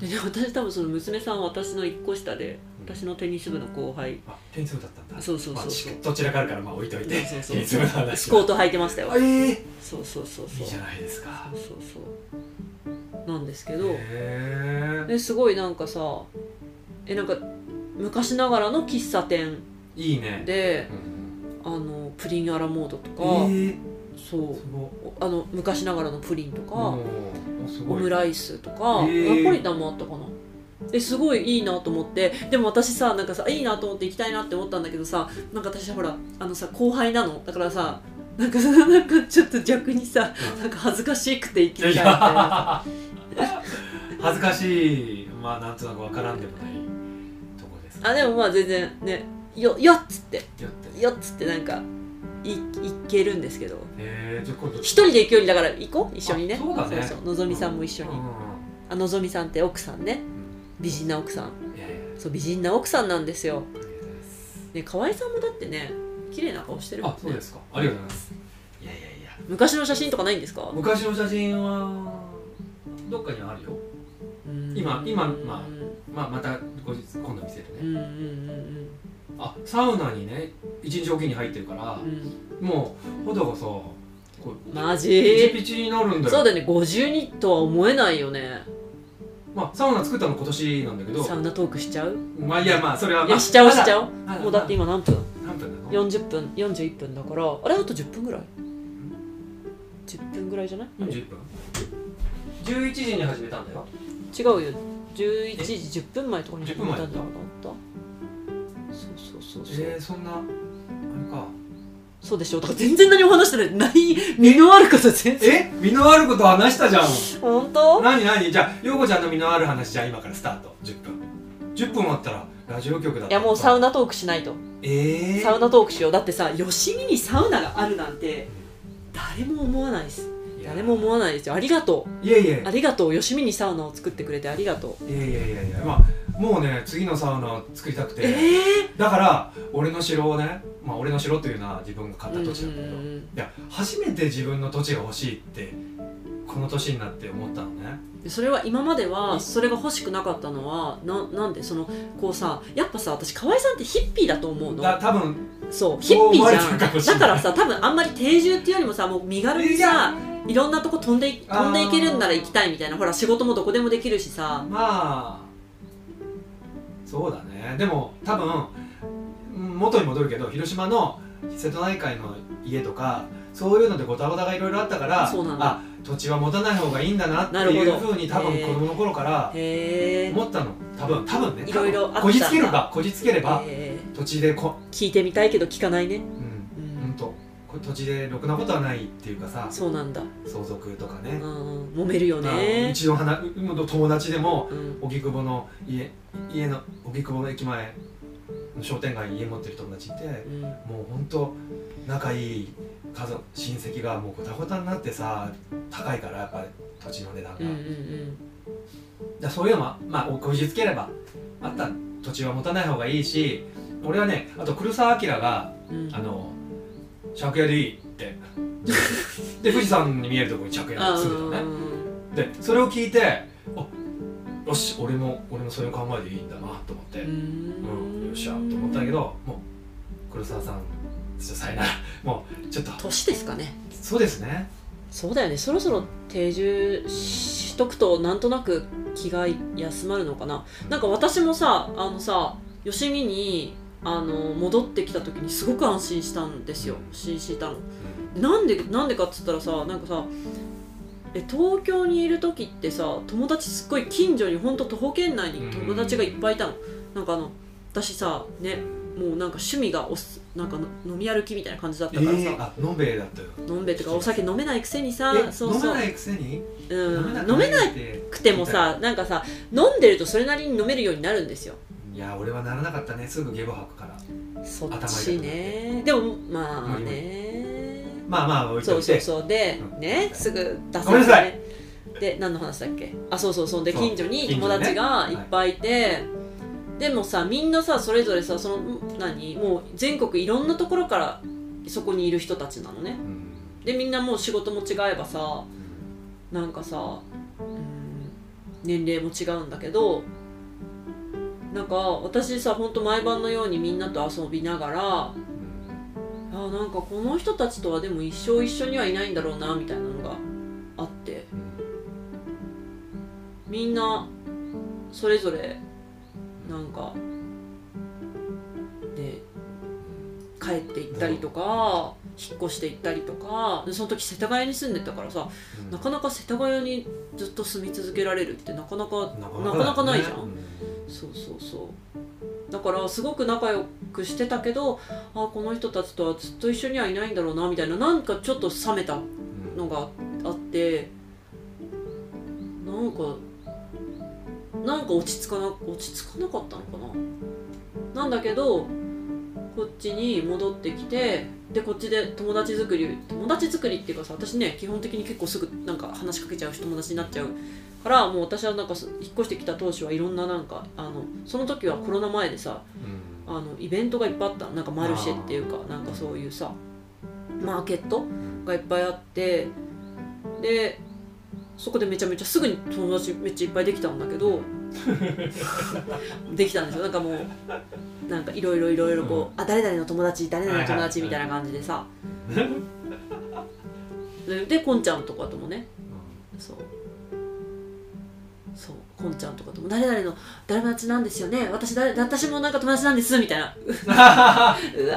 S2: え
S1: でね私多分その娘さんは私の1個下で私のテニス部の後輩
S2: あテニス部だったんだ
S1: そうそうそうそう
S2: まあちどちらかあるからまあ置いといて
S1: そうそうそう
S2: テニス部の話は
S1: スコート履いてましたよ
S2: あええ
S1: そうそうそう
S2: い
S1: そ
S2: いうじ
S1: そ
S2: ゃ
S1: う
S2: ないですか
S1: そうそうなんですけど、
S2: へえ
S1: ですごいなんかさえなんか昔ながらの喫茶店
S2: いいね
S1: で
S2: うん
S1: あのプリンアラモードとか、
S2: ええ
S1: そう
S2: すご
S1: あの昔ながらのプリンとか
S2: お、ーあす
S1: オ
S2: ごい
S1: ムライスとか、
S2: えー
S1: ナポリタンもあったかなですごいいいなと思ってでも私さなんかさいいなと思って行きたいなって思ったんだけどさなんか私ほらあのさ後輩なのだからさなんかさなんかちょっと逆にさ
S2: うん
S1: なんか恥ずかしくて行き
S2: い
S1: た
S2: や
S1: い
S2: い
S1: みたいな
S2: や恥ずかしいまあなんとなくわからんでもないとこです
S1: あでもまあ全然ねよよっつって
S2: やってへ
S1: よっつってなんかい行けるんですけど
S2: えじゃあ今度
S1: 一人で行くよりだから行こう一緒にね
S2: あそうだね
S1: そうのぞみさんも一緒に、
S2: う
S1: あのぞみさんって奥さんね
S2: ん
S1: 美人な奥さん
S2: いやいや
S1: そう美人な奥さんなんですよ
S2: ありがとうございます
S1: ね河合さんもだってね綺麗な顔してるもん
S2: あ
S1: ね、
S2: そうですか。ありがとうございます。いやいやいや。
S1: 昔の写真とかないんですか
S2: 昔の写真はどっかにあるよ。今今まあまあまた後日今度見せる
S1: うんう
S2: ね。
S1: んうんうん
S2: あサウナにね一日おきに入ってるから
S1: う、ん
S2: もう肌がさこう
S1: マ
S2: ピチ
S1: ジ
S2: ピチになるんだよ。
S1: そうだよね52とは思えないよね
S2: まあサウナ作ったの今年なんだけど
S1: サウナトークしちゃう
S2: まあいやまあそれはいま
S1: や
S2: あ
S1: しちゃおうしちゃ
S2: う
S1: おう
S2: あら
S1: もうだって今何分
S2: 何分なの
S1: ?40 分41分だからあれあと10分ぐらい10分ぐらいじゃないあれ違
S2: 40分11時に始めたんだよ
S1: うよ11時10分前とかに
S2: 10
S1: 始
S2: 分
S1: め
S2: 前
S1: たんじゃなかったそうそうそうそう、
S2: えー、そんなあれか
S1: そうでしょとか全然何も話してないない身のあること全然
S2: え身のあること話したじゃん
S1: 本当
S2: 何何じゃあ陽子ちゃんの身のある話じゃあ今からスタート10分10分あったらラジオ局だ
S1: いやもうサウ
S2: ナ
S1: ナトークしないと
S2: ええー、
S1: サウナトークしようだってさ吉見にサウナがあるなんて誰も思わないです
S2: いや
S1: 誰も思わないですよありがと
S2: いやいや
S1: うありがとう吉見にサウナを作ってくれてありがとう
S2: いやいやいやいやまあもうね次のサウナを作りたくて、
S1: え
S2: だから俺の城をねまあ俺の城というのは自分が買
S1: ー、
S2: った土地なんだけど、いや初めて自分の土地が欲しいってこの年になって思ったのね
S1: それは今までは
S2: え
S1: それが欲しくなかったのはななんでそのこうさやっぱさ私河合さんってヒッピーだと思うの
S2: だ多分
S1: そうヒ
S2: そう
S1: ッピ
S2: 思
S1: ーじ
S2: われて
S1: ゃん
S2: るかもしれな
S1: だ
S2: い
S1: からさ多分あんまり定住っていうよりもさもう身軽に
S2: いや
S1: さいろんなとこ飛んでい飛んでいけるんなら行きたいみたいなほら仕事もどこでもできるしさ
S2: まあそうだねでも多分うん元に戻るけど広島の瀬戸内海の家とかそういうのでごたごたがいろいろあったから
S1: そうなんだ
S2: あ土地は持たない方がいいんだなって
S1: なるほ
S2: いう
S1: ど
S2: ふうに多分
S1: へー
S2: 子供の頃から
S1: へえ
S2: 思ったの多分多分ね
S1: いろいろあった
S2: こじつければこじつければ
S1: え
S2: 土地でこ
S1: ー聞いてみたいけど聞かないね、
S2: うん
S1: う
S2: ほん
S1: ん、
S2: とこ土地でろくなことはないっていうかさ
S1: そうなんだ、
S2: 相続とか
S1: う
S2: ね
S1: ん、揉めるよ
S2: まあ
S1: ね
S2: うちの花う友達でも
S1: うん
S2: 荻窪の家家の荻窪の駅前の商店街に家持ってる友達いて
S1: うん
S2: もうほんと仲いい家族親戚がもうごたごたになってさ高いからやっぱり土地の値段が、
S1: うんうん
S2: だからそういうのもまあこじつければあった土地は持たない方がいいし俺はねあと黒澤明が
S1: うんうん
S2: あの借家でいいってで富士山に見えるところに借家
S1: あ
S2: が
S1: ー
S2: 住んでたのねでそれを聞いてあよし俺も俺もそういう考えでいいんだなと思って、
S1: う
S2: うんん、よっしゃと思ったけどもう黒沢さんちょっとさよならもうちょっと
S1: 年ですかね
S2: そうですね
S1: そうだよねそろそろ定住しとくとなんとなく気が休まるのかななんか私もさあのさ吉見にあの戻ってきた時にすごく安心したんですよ安心したのなんでなんでかっつったらさなんかさえ東京にいる時ってさ友達すっごい近所にほんと徒歩圏内に友達がいっぱいいたの、なんかあの私さねもうなんか趣味がおすなんかの飲み歩きみたいな感じだっ
S2: え
S1: たからさ、
S2: ー、あ飲んべえだったよ
S1: 飲んべえとかお酒飲めないくせにさ
S2: え
S1: そう
S2: 飲
S1: そう
S2: まないくせに
S1: うん
S2: く
S1: 飲めな
S2: って
S1: くてもさなんかさ飲んでるとそれなりに飲めるようになるんですよ
S2: いや俺はならなかったねすぐゲボ吐くから
S1: そっ
S2: 頭痛
S1: ち
S2: くな
S1: ねでもまあ
S2: 無理無
S1: ね
S2: まあまあ置いとい
S1: そ
S2: て
S1: うそうそうで
S2: うん
S1: ねすぐ出
S2: ごめんな
S1: せ
S2: さ
S1: ねで何の話だっけあそうそうそうで
S2: そう
S1: 近所に
S2: 近
S1: 友
S2: 所ね
S1: 達がいっぱいいてでもさみんなさそれぞれさそのん何もう全国いろんなところからそこにいる人たちなのね
S2: うん
S1: でみんなもう仕事も違えばさなんかさ、うん、年齢も違うんだけどなんか私さほんと毎晩のようにみんなと遊びながらあーなんかこの人たちとはでも一生一緒にはいないんだろうなみたいなのがあって
S2: うん
S1: みんなそれぞれなんかね帰っていったりとか引っ越していったりとかでその時世田谷に住んでたからさ
S2: うん
S1: なかなか世田谷にずっと住み続けられるってなかなか
S2: な
S1: なかなかないじゃん
S2: う
S1: そうそうそうだからすごく仲良くしてたけどあこの人たちとはずっと一緒にはいないんだろうなみたいななんかちょっと冷めた
S2: ん
S1: のがあってなんかなんか落ち着かな落ち着かなかったのかななんだけどこっちに戻ってきてでこっちで友達作り友達作りっていうかさ私ね基本的に結構すぐなんか話しかけちゃうし友達になっちゃうからもう私はなんかす引っ越してきた当初はいろんななんかあのその時はコロナ前でさ
S2: うん
S1: あのイベントがいっぱいあったのなんかマルシェっていうかなんかそういうさマーケットがいっぱいあってでそこでめちゃめちゃすぐに友達めっちゃいっぱいできたんだけ どできたんですよなんかもうなんかいろいろいろいろこう、あ誰々の友達誰々の友達みたいな感じでさ、ででこんちゃんとかともね
S2: うん
S1: そうそうこんちゃんとかとも誰々の誰友達なんですよね私誰私もなんか友達なんですみたい なうわー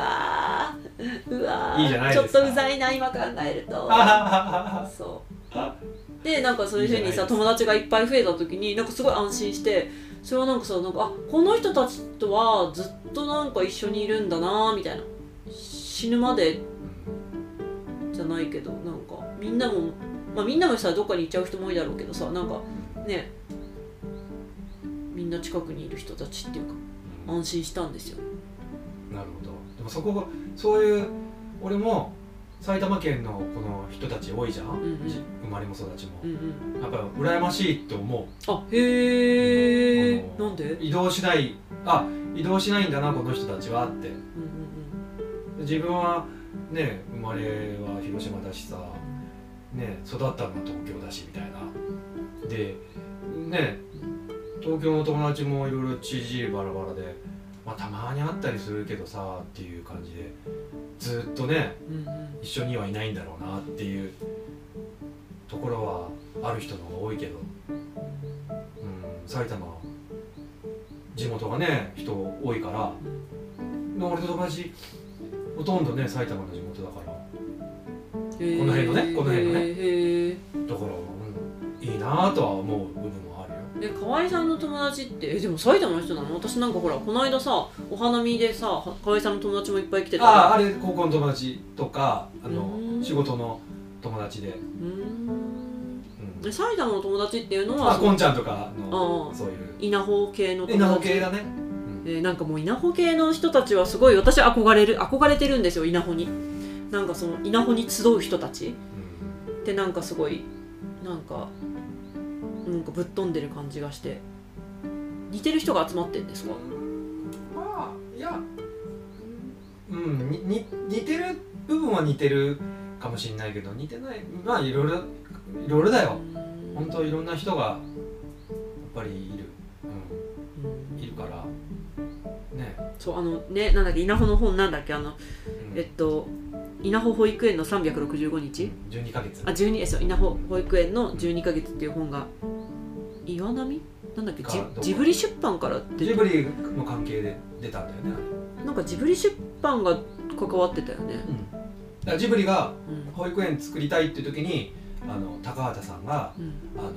S1: うわー
S2: いいじゃない
S1: ち
S2: で
S1: ょっ
S2: すか
S1: とうざいな今考えると そうでなんかそういうふうにさ
S2: いいじゃないですか
S1: 友達がいっぱい増えた時になんかすごい安心してそれはなんかさなんかあこの人たちとはずっとなんか一緒にいるんだなみたいな死ぬまでじゃないけどなんかみんなも、まあ、みんなもさどっかに行っちゃう人も多いだろうけどさなんかねみんな近くにいる人たちっていうか安心したんですよ
S2: なるほどでもそこがそういう俺も埼玉県のこの人たち多いじゃん、
S1: んうん
S2: じ生まれも育ちも
S1: うんうん
S2: やっぱ羨ましいって思
S1: あへえ
S2: あの
S1: なんで、うん
S2: う移動しないあ移動しないんだなこの人たちはって
S1: うん
S2: 自分はね生まれは広島だしさね育ったのは東京だしみたいなでね東京の友達もいろいろ知事バラバラで、まあ、たまに会ったりするけどさっていう感じでずっとね
S1: うんうんうん
S2: 一緒にはいないんだろうなっていうところはある人の方が多いけど、うん、埼玉は地元がね人多いからで俺と友達ほとんどね埼玉の地元だか
S1: こ
S2: らこの辺のねこの辺のね
S1: へえ
S2: だから、うん、いいなとは思う部分もあるよ
S1: で河合さんの友達ってえでも埼玉の人なの私なんかほらこの間さお花見でさは河合さんの友達もいっぱい来てた
S2: ああ
S1: から
S2: あれ高校の友達とかあの
S1: うん
S2: 仕事の友達で、
S1: うーん
S2: うん
S1: で埼玉の友達っていうの
S2: ま
S1: は
S2: あこんちゃんとか
S1: あ
S2: の
S1: ー
S2: そういう
S1: 稲穂系の
S2: え
S1: 友
S2: な
S1: 達
S2: お系だね
S1: えーなんかもう稲穂系の人たちはすごい私憧れる憧れてるんですよ稲穂になんかその稲穂に集う人たち
S2: うん
S1: ってなんかすごいなんかなんかぶっ飛んでる感じがして似てる人が集まってんですか
S2: まあいやうんにに似てる部分は似てるかもしれないけど似てないまあいろいろいろいろだよ
S1: う
S2: 本当いろんな人がやっぱりいる、うん、い
S1: ん
S2: るからね、
S1: そうあのねなんだっけ稲穂の本なんだっけあの
S2: うん
S1: えっと稲穂保育園の365日
S2: 12ヶ月
S1: あ12えそう稲穂保育園の12ヶ月っていう本が岩波なんだっけジ
S2: かどこ
S1: ジブリ出版から出
S2: ジ
S1: て
S2: ブリの関係で出たんだよねあれ
S1: なんかジブリ出版が関わってたよね、
S2: だからジブリが
S1: うん
S2: 保育園作りたいっていう時にあの高畑さんが
S1: うん、
S2: あの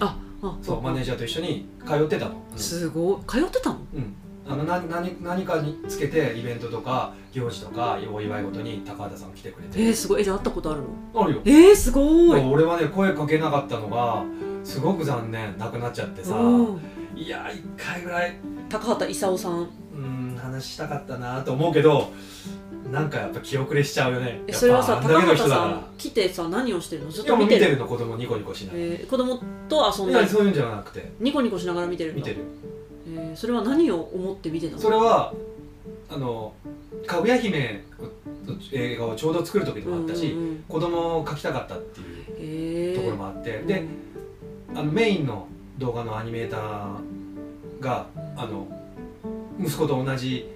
S1: ああ
S2: そうマネージャーと一緒に通ってたの、うん
S1: すごい通ってたの
S2: うん、あのな何何かにつけてイベントとか行事とかお祝いごとに高畑さんが来てくれ
S1: えー、
S2: て
S1: すごいえじゃあ会ったことあるの
S2: あるよ
S1: えー、すごい
S2: 俺はね声かけなかったのがすごく残念なくなっちゃってさ
S1: うん
S2: いや一回ぐらい
S1: 高畑勲さん
S2: うん話したかったなと思うけどなんかやっぱ気遅れしちゃうよね
S1: え
S2: やっ
S1: それは
S2: ぱ
S1: さ
S2: あんだ
S1: 高
S2: けの
S1: 畑
S2: 人だ
S1: さ
S2: か
S1: ん来てさ何をしてるのず
S2: ら
S1: っ
S2: いや
S1: と
S2: もう
S1: 見
S2: 見
S1: て
S2: て
S1: る
S2: るの子供ニコニコしながら、
S1: えー、子供と遊ん
S2: い
S1: で
S2: やそういうんじゃなくて
S1: ニコニコしながら見てるんだ
S2: 見てる
S1: えー、それは何を思って見てたの
S2: それはあの「かぐや姫」の映画をちょうど作る時でもあったし、
S1: うんうんうん
S2: 子供を描きたかったっていう
S1: えー、
S2: ところもあって、
S1: うん
S2: であのメインの動画のアニメーターがあの息子と同じ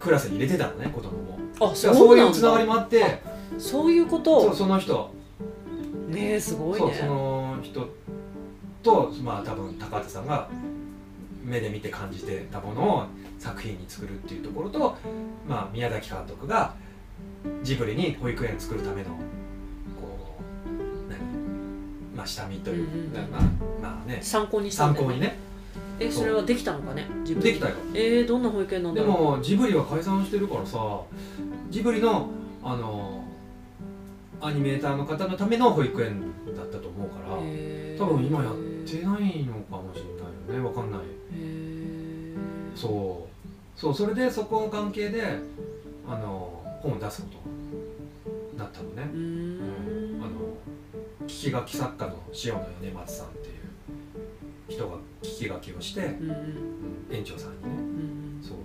S2: クラスに入れてたのね子供も
S1: あ
S2: そ
S1: そう
S2: う
S1: ないん
S2: う
S1: だ
S2: つながりもあって
S1: そういうこ
S2: そう
S1: と
S2: その人
S1: ねえすごい
S2: そう
S1: ね
S2: その人とまあ多分高畑さんが目で見て感じてたものを作品に作るっていうところと、まあ、宮崎監督がジブリに保育園作るためのこう何、まあ、下見という、
S1: うんうん
S2: まあまあね
S1: 参考にしたん
S2: 参
S1: だよ
S2: 考にね
S1: えそれはできたのかね自分
S2: できたよ
S1: えー、どんな保育園なんだ
S2: で
S1: ろう
S2: もジブリは解散してるからさジブリのあのアニメーターの方のための保育園だったと思うから。
S1: へー
S2: 多分今やってないのかもしれないよねわかんない
S1: へー
S2: そうそうそれでそこの関係であの本を出すことになったのね
S1: う、ーん
S2: あの聞き書き作家の塩野米松さんっていう人が聞き書きをして、
S1: うんうん
S2: うん園長さんにね
S1: うん
S2: そう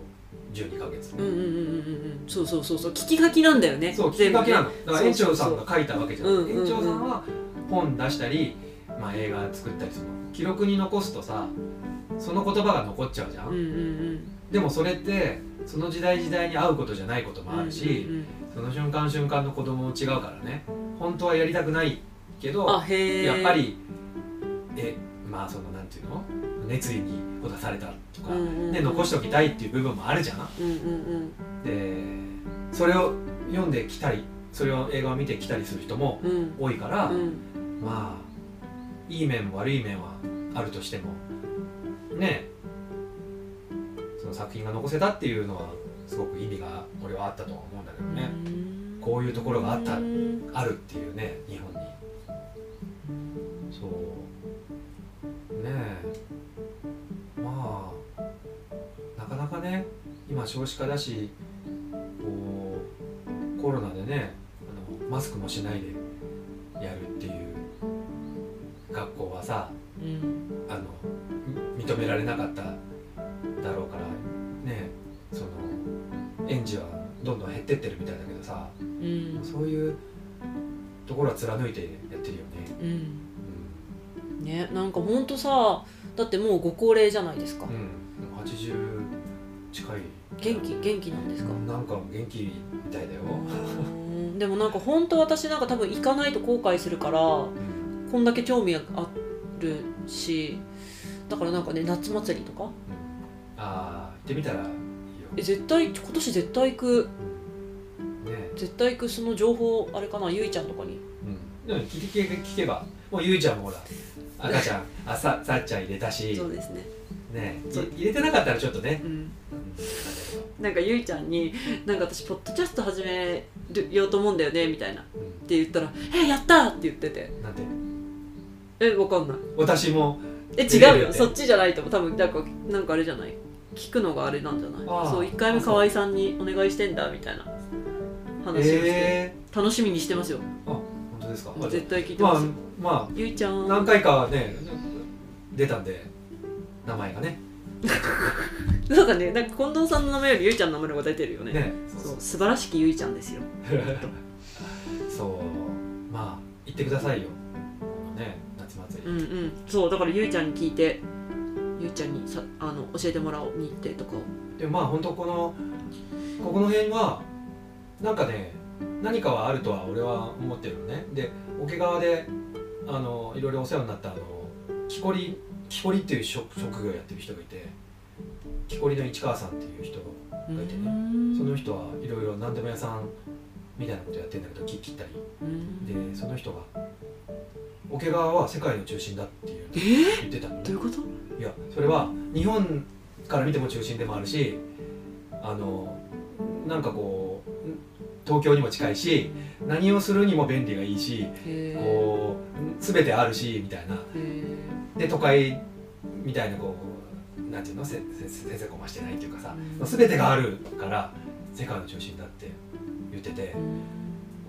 S2: 12ヶ月、
S1: うんうんうんうんうんそうそうそうそう聞き書きなんだよね
S2: そう聞き書きな
S1: の
S2: のだから園長さんが書いたわけじゃな
S1: そう
S2: く
S1: そう
S2: て
S1: そう
S2: 園長さんは本出したり、まあ、映画作ったりその記録に残すとさその言葉が残っちゃうじゃん、
S1: うんうん
S2: でもそれってその時代時代に合うことじゃないこと
S1: うん
S2: もあるし、
S1: うんうんうん
S2: その瞬間瞬間の子供も違うからね本当はやりたくないけど
S1: あへえ
S2: やっぱりえ、うまあそのなんていうの熱意にこだされたとか、
S1: うんうんうん
S2: で残しておきたいっていう部分もあるじゃん
S1: うんうん
S2: でそれを読んできたりそれを映画を見てきたりする人も
S1: うんうん
S2: 多いから、
S1: うん
S2: まあいい面も悪い面はあるとしてもねえその作品が残せたっていうのはすごく意味が俺はあったとは思うんだけどね、こういうところがあった
S1: うん
S2: あるっていうね日本にそうねえまあなかなかね今少子化だしこうコロナでねあのマスクもしないでやるっていう学校はさ
S1: うん
S2: あのみ認められなかっただろうからねえその園児はどんどん減ってってるみたいだけどさ、
S1: うん
S2: そういうところは貫いてやってるよね。
S1: うんねなんかほんとさだってもうご高齢じゃないですか
S2: うん、うん、八十近い。
S1: 元気元気なんですか
S2: なんか元気みたいだよ。
S1: うんでもなんか本当私なんか多分行かないと後悔するからこ
S2: うん
S1: んだけ興味あるしだからなんかね夏祭りとか
S2: ああ、行ってみたらいいよ。
S1: え絶対今年絶対行く
S2: うんねえ、
S1: 絶対行くその情報あれかなゆいちゃんとかに
S2: うん、でも聞け聞けば、もうゆうちゃんもほら。赤ちゃん、あさ、さっちゃん入れたし、
S1: そうですね
S2: ねえ、い
S1: そう
S2: 入れてなかったらちょっとね。
S1: うん
S2: うん
S1: なんかゆいちゃんに「なんか私ポッドキャスト始めるようと思うんだよね」みたいなっ
S2: う
S1: て言ったら「えやった!」って言ってて
S2: んなんて、
S1: 「えわかんない」
S2: 私も、
S1: え違うよそっちじゃないと思う多分なんかなんかあれじゃない聞くのがあれなんじゃない
S2: ああ
S1: そう1回目河合さんにお願いしてんだみたいな話をして、
S2: え
S1: 楽しみにしてますよ
S2: えー、あ、本当ですか。
S1: 絶対聞いて
S2: ま
S1: ま
S2: あ
S1: すよ、、
S2: まあ、
S1: ゆいちゃん
S2: 何回かね出たんで名前がね
S1: そうだねなんか近藤さんの名前よりゆいちゃんの名前の方が出てるよね
S2: ね
S1: そう素晴らしきゆいちゃんですよ
S2: そうまあ行ってくださいよね夏祭
S1: う
S2: り、
S1: んうんそうだからゆいちゃんに聞いてゆいちゃんにさあの教えてもらおう日程とかを
S2: でもまあ本当このここの辺はなんかね何かはあるとは俺は思ってるのねで桶川であのいろいろお世話になったあの木こり木こりっていう職職業やってる人がいて木こりの市川さんっていう人
S1: う
S2: いてね
S1: ん
S2: その人はいろいろ何でも屋さんみたいなことやってんだけど木切ったり
S1: うん
S2: でその人が「桶川は世界の中心だ」っていう
S1: えー
S2: 言ってたの
S1: どういうこと
S2: いやそれは日本から見ても中心でもあるしあのなんかこうん東京にも近いし何をするにも便利がいいし
S1: へー
S2: こう全てあるしみたいな
S1: へ
S2: で都会みたいなこうなんていうのせせせせこましてないっていうかさ
S1: うん
S2: 全てがあるから世界の中心だって言ってて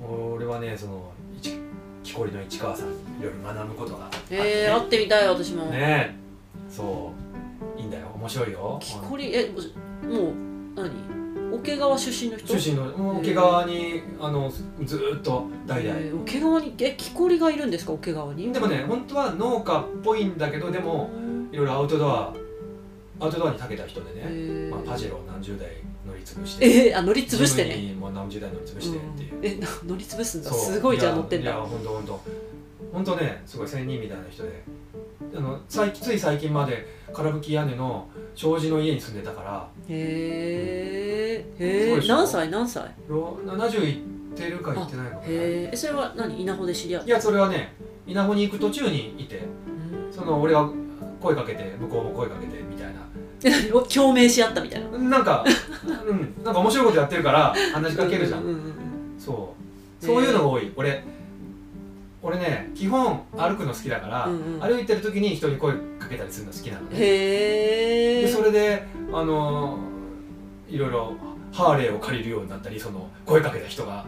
S1: ーうん
S2: 俺はねその一木こりの市川さんにいろいろ学ぶことがあって、
S1: えー、会ってみたい私も、
S2: ねそういいんだよ面白いよ
S1: 木こりえもしもう何桶川出身の人
S2: 中心のもう桶川にあのずーっと代々、
S1: えー桶川にえ木こりがいるんですか桶川に
S2: でもね本当は農家っぽいんだけどでもいろいろアウトドアアウトドアに長けた人で
S1: え
S2: ね、
S1: ー
S2: まあ、パジェロを何十台乗り潰して
S1: えーあ乗り潰して
S2: ジ
S1: ね
S2: ムニーも何十台乗り潰してっていう、
S1: うんえな乗り潰すんだ
S2: そう
S1: すごいじゃあ乗ってん
S2: いや
S1: だ
S2: 本当本当本当ねすごい仙人みたいな人であの最つい最近まで空吹き屋根の障子の家に住んでたから
S1: へえへ
S2: すごい
S1: え
S2: でしょ
S1: 何歳何歳
S2: ろ70行ってるか行ってないかかな
S1: へーえそれは何稲穂で知り合っ
S2: いやそれはね稲穂に行く途中にいて
S1: うん
S2: その俺が声かけて向こうも声かけてみたいな
S1: え何お 共鳴し合ったみたいな
S2: なんか、うん、なんか面白いことやってるから話しかけるじゃん
S1: うううん
S2: そう
S1: へー
S2: そういうのが多い俺俺ね基本歩くの好きだから、
S1: うんうん
S2: 歩いてる時に人に声かけたりするの好きなのね
S1: へえ
S2: でそれであのーいろいろハーレーを借りるようになったりその声かけた人が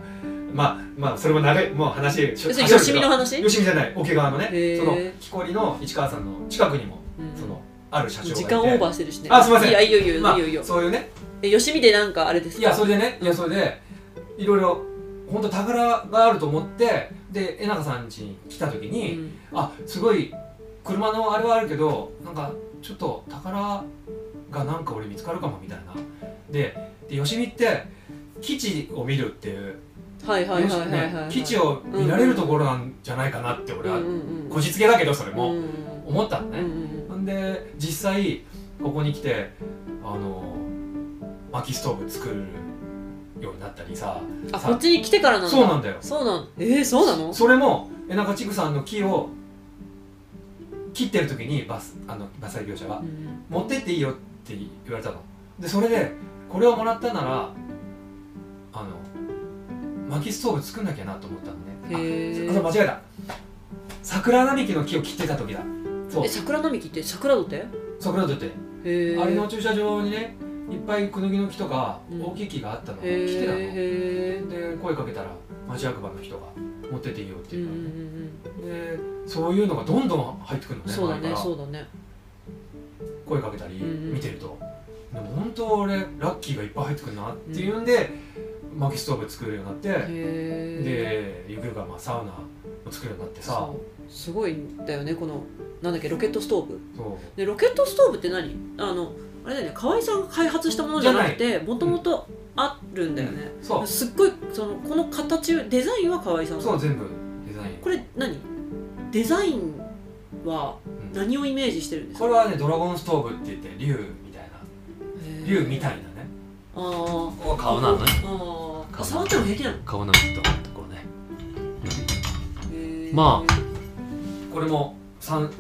S2: まあまあそれも長いもう話し
S1: それよしみの話
S2: よしみじゃない桶川のね
S1: へー
S2: その木こりの市川さんの近くにも
S1: うん
S2: そのある社長がいて
S1: 時間オーバーしてるしね
S2: あすいません
S1: いやいいよいいよ、
S2: まあ
S1: いいよいいよ
S2: そういうね
S1: えよしみでなんかあれですか
S2: いやそれでねいやそれでいろいろ本当宝があると思ってで江中さん家に来た時に、
S1: うん
S2: あすごい車のあれはあるけどなんかちょっと宝がなんか俺見つかるかもみたいなでで吉見って基地を見るっていう
S1: はいはいはいはいはい、
S2: ね基地を見られるところなんじゃないかなって俺は
S1: うんうんうん
S2: こじつけだけどそれも、
S1: うん
S2: 思ったの
S1: うんうん
S2: ね、ほんで実際ここに来てあの薪ストーブ作るようになったりさ
S1: うんあ
S2: さ
S1: こっちに来てからなんだ
S2: そうなんだよ
S1: そうなんえー、そうなの
S2: それも江中畜産の木を切ってる時にバスあの伐採業者が
S1: うん
S2: 持ってっていいよって言われたのでそれでこれをもらったならあの薪ストーブ作んなきゃなと思ったのねあ
S1: へ
S2: あそう間違えた桜並木の木を切ってた時だそう
S1: え桜並木って桜戸ってへ
S2: 桜とって
S1: え
S2: あれの駐車場にねいっぱいクヌギの木とか
S1: うん
S2: 大きい木があったの、
S1: へー
S2: 来てたの
S1: へー
S2: で声かけたら町役場の人が持ってっていいよって
S1: うんう
S2: い
S1: ん
S2: う
S1: う
S2: から、
S1: ん
S2: でそういうのがどんどん入ってくるの
S1: うん
S2: ね
S1: そうだ
S2: 周り
S1: ね
S2: から
S1: そうだね
S2: 声かけたり
S1: うんうん
S2: 見てると、でも本当俺ラッキーがいっぱい入ってくるなっていうんで、薪ストーブ作るようになって、
S1: へえ
S2: でゆくゆくはまあサウナを作るようになってさ
S1: そうすごいんだよねこのなんだっけロケットストーブ
S2: そう
S1: でロケットストーブって何あのあれだよね河合さんが開発したものじゃなくてもともとあるんだよね、
S2: そう
S1: すっごいそのこの形デザインは河合さん
S2: そう全部デザイン、
S1: これ何デザインは
S2: うん
S1: 何をイメージしてるんです
S2: こ
S1: か
S2: れはねドラゴンストーブって言って竜みたいな竜みた
S1: い
S2: いなね
S1: あー
S2: ここ
S3: 顔なのね
S1: あーあ触っても平気なの
S3: 顔なのととこうね
S1: へー
S3: ま
S2: これも三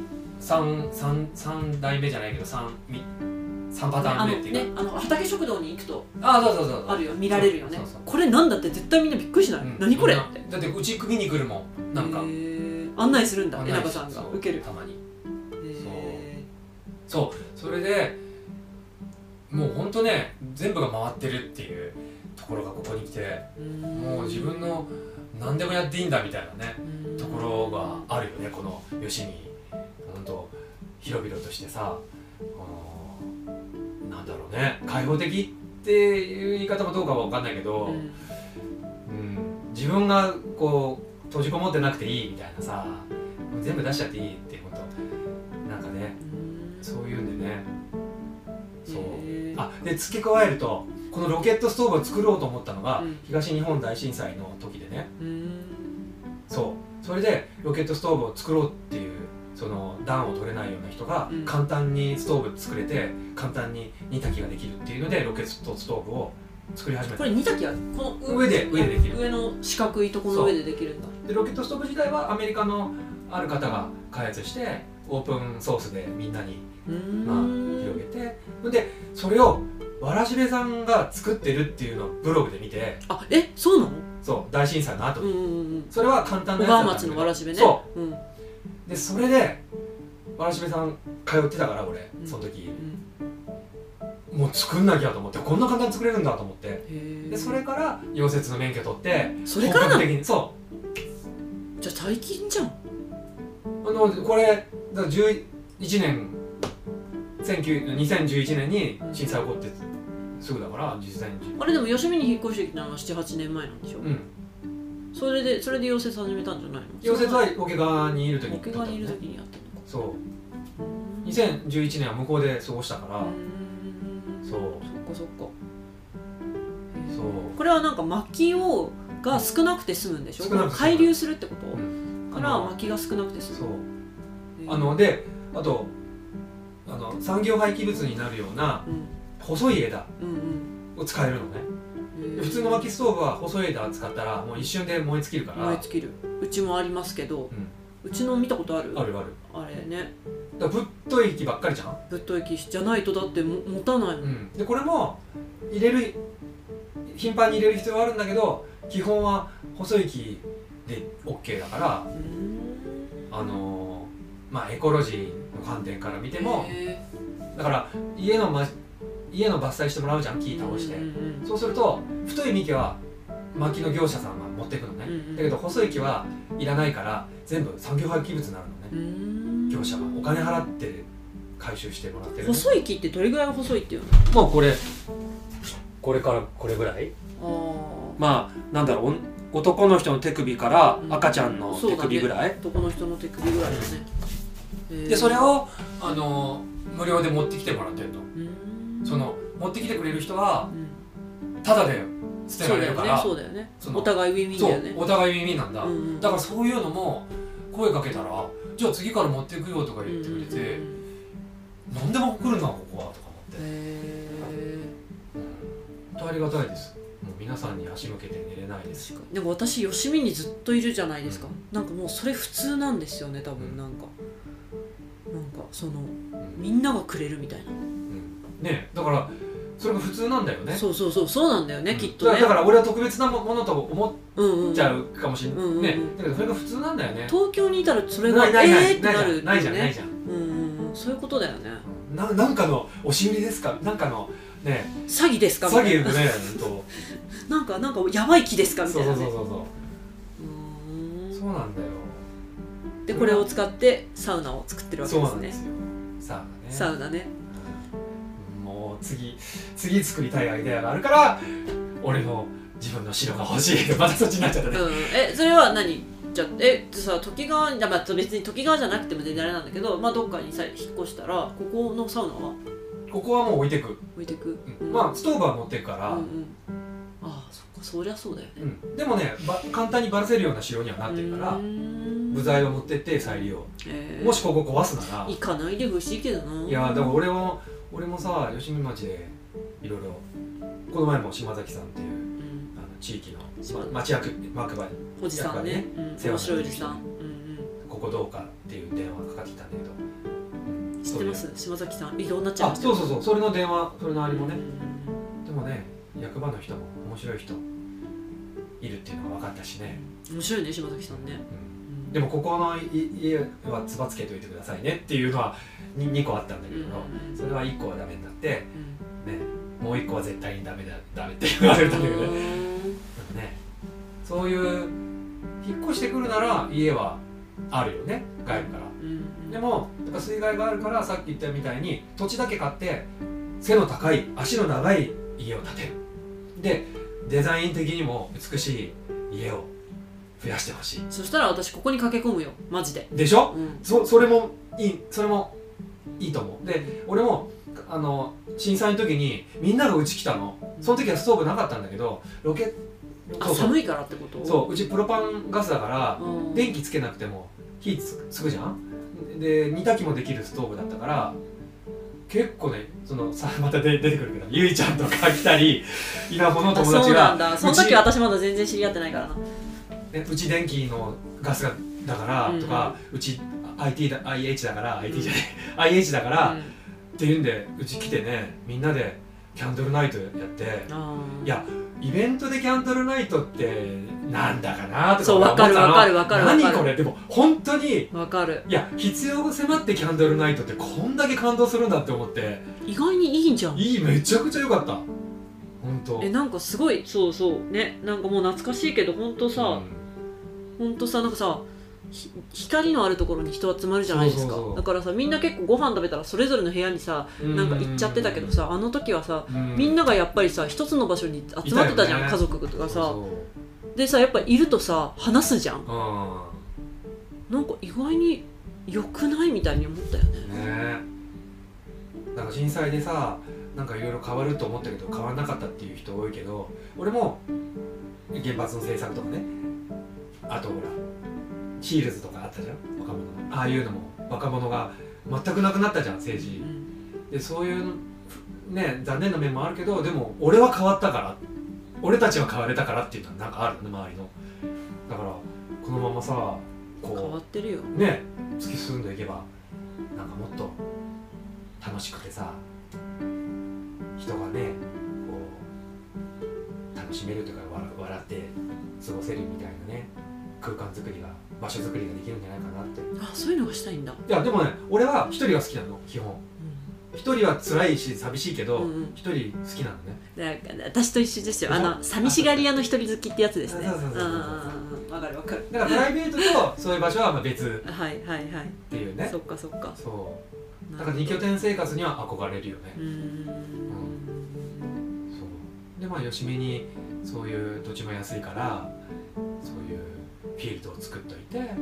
S2: 三三三代目じゃないけど三み三パター
S1: あ
S2: ン
S1: の
S2: 目っていう
S1: ねあの畑食堂に行くと
S2: かあ,、そうそうそうそう
S1: あるよ見られるよね
S2: そうそう
S1: これなんだって絶対みんなびっくりしない、
S2: うん
S1: 何これ
S2: み
S1: っ
S2: んな
S1: て
S2: だってうち組に来るもんなんか
S1: へー案内するんだ江中さんが
S2: そう
S1: 受ける
S2: たまに
S1: へ
S2: そうそれでもうほんとね全部が回ってるっていうところがここに来て
S1: ー
S2: もう自分の何でもやっていいんだみたいなね
S1: うん
S2: ところがあるよねこの吉見ほんと広々としてさこのなんだろうね開放的っていう言い方もどうかは分かんないけど、
S1: うん
S2: うん自分がこう閉じこもってなくていいみたいなさ全部出しちゃっていいってほんとなんかねそういうんでねそう
S1: へー
S2: あで付け加えるとこのロケットストーブを作ろうと思ったのが、
S1: うん
S2: 東日本大震災の時でね
S1: うん
S2: そうそれでロケットストーブを作ろうっていうその暖を取れないような人が
S1: うん
S2: 簡単にストーブ作れて簡単に煮炊きができるっていうのでロケットストーブを作り始め
S1: こ
S2: た
S1: れ煮炊きはこの
S2: 上で上でできる
S1: 上の四角いとこの上でできるんだ
S2: でロケットストーブ自体はアメリカのある方が開発してオープンソースでみんなに
S1: うーん
S2: まあ、広げてでそれをわらしべさんが作ってるっていうのをブログで見て
S1: あえそうなの
S2: そう大震災の後
S1: うん
S2: に、
S1: うんうん
S2: それは簡単
S1: 小
S2: なやつだ
S1: 川
S2: ったんだ
S1: 町
S2: けど
S1: のわらしべね、
S2: そう
S1: うん
S2: うでそれでわらしべさん通ってたから俺
S1: うん
S2: その時
S1: う、ん
S2: もう作んなきゃと思ってこんな簡単に作れるんだと思って
S1: へー
S2: でそれから溶接の免許取って
S1: それからなの
S2: 本格的にそ
S1: じゃあ最近じゃん
S2: うあのこれだから11年19 2011年に震災起こってすぐだから実際に
S1: あれでも吉見に引っ越してきたのは78年前なんでしょ、
S2: うん
S1: それでそれで溶接始めたんじゃないの
S2: 溶接は桶川にいる時に
S1: 桶川にいる時にやって
S2: そう
S1: るのか
S2: 2011年は向こうで過ごしたから、
S1: うーん
S2: そう
S1: そっかそっか
S2: そう
S1: これはなんか薪をが少なくて済むんでしょ
S2: 少なくて済む
S1: 海流するってこと、
S2: う
S1: から薪が少なくて済
S2: そう
S1: む
S2: あのであとあの産業廃棄物になるような
S1: うん
S2: 細い枝
S1: うんうん
S2: を使えるのね
S1: へー
S2: 普通の薪ストーブは細い枝使ったらもう一瞬で燃え尽きるから
S1: 燃え尽きるうちもありますけど、うちの見たことある
S2: あるある
S1: あれね
S2: だからぶっとい木ばっかりじゃん、
S1: ぶっとい木じゃないとだっても持たないもん、
S2: うん、でこれも入れる頻繁に入れる必要はあるんだけど基本は細い木で OK だから
S1: うーん
S2: あのーまあエコロジーの観点から見ても
S1: へ
S2: だから家の,、ま、家の伐採してもらうじゃん木
S1: ー
S2: 倒して
S1: うんうん
S2: そうすると太い幹は薪の業者さんが持っていく
S1: う
S2: の
S1: んう
S2: ね
S1: ん
S2: だけど細い木はいらないから全部産業廃棄物になるの
S1: う
S2: ね
S1: ーん
S2: 業者がお金払って回収してもらってるね
S1: 細い木ってどれぐらいが細いっていう
S3: もうこれこれからこれぐらい
S1: のあ
S3: まあなんだろうお男の人の手首から
S1: うん
S3: 赤ちゃんの手首ぐらい、
S1: あ男の人の手首ぐらいだねへー
S2: でそれを、あのー無料で持ってきてもらってるの
S1: うーん
S2: その持ってきてくれる人は
S1: うん
S2: タダで捨て
S1: そ
S2: ら
S1: うだ
S2: れ
S1: よ
S2: るか
S1: ね
S2: ら
S1: そうだよね
S2: その
S1: お互いウィンウィン
S2: そ
S1: だ
S2: う
S1: よね
S2: お互いウィンウィンなんだ、
S1: うんうん
S2: だからそういうのも声かけたら
S3: じゃあ次から持っていくよとか言ってくれて、何でも来るなここはとか思って、
S1: え
S2: 本当ありがたいですもう皆さんに足向けて寝れないです
S1: 確かにでも私よしみにずっといるじゃないですかなんかもうそれ普通なんですよね多分なんかなんかその
S2: うん
S1: みんながくれるみたいな、
S2: うんねだからそれが普通なんだよね
S1: そうそうそうそうなんだよね、
S2: うん
S1: きっとね
S2: だからだから俺は特別なものと思
S1: うんうんう
S2: っ
S1: ん
S2: ちゃうかもしれない、
S1: うんうんうん
S2: ねだけどそれが普通なんだよね
S1: 東京にいたらそれが
S2: ないないな
S1: えー
S2: い
S1: ってなる
S2: ないじゃんない
S1: じ
S2: じゃんな
S1: ゃ
S2: い
S1: んうんうんうんそういうことだよね
S2: じゃんななんかの押し売りですかなんかのね
S1: 詐欺ですかみ
S2: 詐
S1: たいな
S2: 欺のねと
S1: なんかなんかやばい木 ですかみた
S2: そう
S1: い
S2: そ
S1: な
S2: うそ
S1: ね
S2: うそう
S1: う
S2: そ
S1: ー
S2: うそうなんだよ
S1: んでこれを使ってサウナを作ってるわけ
S2: そう
S1: で
S2: な
S1: す
S2: ん
S1: ね
S2: ですよさあね
S1: サウナね
S2: もう次次作りたいアイデアがあるから俺の自分の城が欲し いまたそっちになっちゃった
S1: う
S2: ね、
S1: んえそれは何じゃあえさ時川に、あまあ、別に時川じゃなくても全然あれなんだけど、まあ、どっかにさ引っ越したらここのサウナは
S2: ここはもう置いてく、
S1: 置いてく、
S2: うんまあストーブは持ってくから、
S1: うんうん、ああそっかそりゃそうだよね
S2: うんでもねば簡単にバラせるような城にはなってるから部
S1: 部
S2: 材を持ってって再利用
S1: えー、
S2: もしここ壊すなら
S1: 行かないでほしいけどない
S2: いやでも俺も俺もさ吉見町でいろいろこの前も島崎さんっていう
S1: うん、
S2: あの地域の
S1: そう
S2: ま町役役場に
S1: おじさん
S2: やっ
S1: ね
S2: ぱ
S1: うん、
S2: 世
S1: 面
S2: 話にな
S1: 白
S2: る
S1: いおじさん、うん
S2: ここどうかっていう電話がかかってきたんだけど、
S1: うん、知ってます島崎さん移動になっちゃい
S2: あ
S1: ました
S2: そうそうそうそれの電話それのあれもね
S1: う、ん
S2: でもね役場の人も面白い人いるっていうのが分かったしね、
S1: 面白いね島崎さんね、
S2: うん
S1: うん、
S2: でもここのい家はつばつけといてくださいねっていうのは 2, 個あったんだけど、
S1: うん
S2: それは1個はダメになって
S1: うん
S2: ねもう1個は絶対にダメだダメって言われたんだけどねねそういう引っ越してくるなら家はあるよね外部から
S1: うん
S2: でもやっぱ水害があるからさっき言ったみたいに土地だけ買って背の高い足の長い家を建てるでデザイン的にも美しい家を増やしてほしい
S1: そしたら私ここに駆け込むよマジで、
S2: でしょ
S1: うん、
S2: そそれもいいそれもいいと思うで俺もあの震災の時にみんながうち来たのその時はストーブなかったんだけどロケ
S1: あ
S2: そうそう
S1: 寒いからってこと
S2: そううちプロパンガスだから
S1: うん
S2: 電気つけなくても火つくつくじゃんで煮炊きもできるストーブだったから結構ねそのさ またで出てくるけどゆいちゃんとか来たり稲穂の
S1: あ
S2: 友
S1: そ
S2: 達
S1: うなん
S2: が
S1: だ
S2: うち
S1: その時私まだ全然知り合ってないからな
S2: ねうち電気のガスがだからとか、うち IT だ IH だから、IT じゃない IH だから、
S1: う
S2: っ
S1: ん
S2: ていうんでうち来てねみんなでキャンドルナイトやって
S1: あー
S2: いやイベントでキャンドルナイトってなんだかなとか
S1: そう
S2: 思ったの
S1: わかるわかるわかるわかる
S2: 何これでも本当に
S1: わかる
S2: いや必要が迫ってキャンドルナイトってこんだけ感動するんだって思って
S1: 意外にいいんじゃん
S2: いいめちゃくちゃ良かった本当
S1: えなんかすごいそうそうねなんかもう懐かしいけどほんとさ、
S2: うん
S1: ほんとさなんかさひ光のあるところに人集まるじゃないですか
S2: そうそうそう
S1: だからさみんな結構ご飯食べたらそれぞれの部屋にさなんか行っちゃってたけどさあの時はさ
S2: う
S1: みんながやっぱりさ一つの場所に集まってたじゃん
S2: いたよね
S1: 家族とかさ
S2: そう
S1: でさやっぱいるとさ話すじゃん
S2: そう
S1: なんか意外に良くないみたいに思ったよね
S2: うんねえなんか震災でさなんかいろいろ変わると思ったけど変わらなかったっていう人多いけど俺も原発の政策とかねあとほらシールズとかあったじゃん若者のああいうのも若者が全くなくなったじゃん政治、
S1: うん
S2: でそういうね残念な面もあるけどでも俺は変わったから俺たちは変われたからっていうのはなんかあるよね周りのだからこのままさ
S1: 変わ
S2: こ
S1: ってるよ
S2: うね突き進んでいけばなんかもっと楽しくてさ人がねこう楽しめるというか笑笑って過ごせるみたいなね空間作りが場所作りができるんじゃないかなってい
S1: あそういうのがしたいんだ、
S2: やでもね俺は一人が好きなの基本
S1: う
S2: 一人は辛いし寂しいけど、
S1: うんうん
S2: 一人好きなのね
S1: ん、だから私と一緒ですよあ
S2: あ
S1: の寂しがり屋の一人好きってやつですね
S2: そうそうそうそうそう
S1: うんわかるわかる
S2: だからプライベ ートとそういう場所はまあ別
S1: はいはいはい
S2: っていうね
S1: そっかそっか
S2: そ
S1: な
S2: う
S1: るほ
S2: だか
S1: ど
S2: ら二拠点生活には憧れるよね
S1: う、ーん
S2: そうでまあよしみにそういう土地も安いからそういうフィールドを作っといて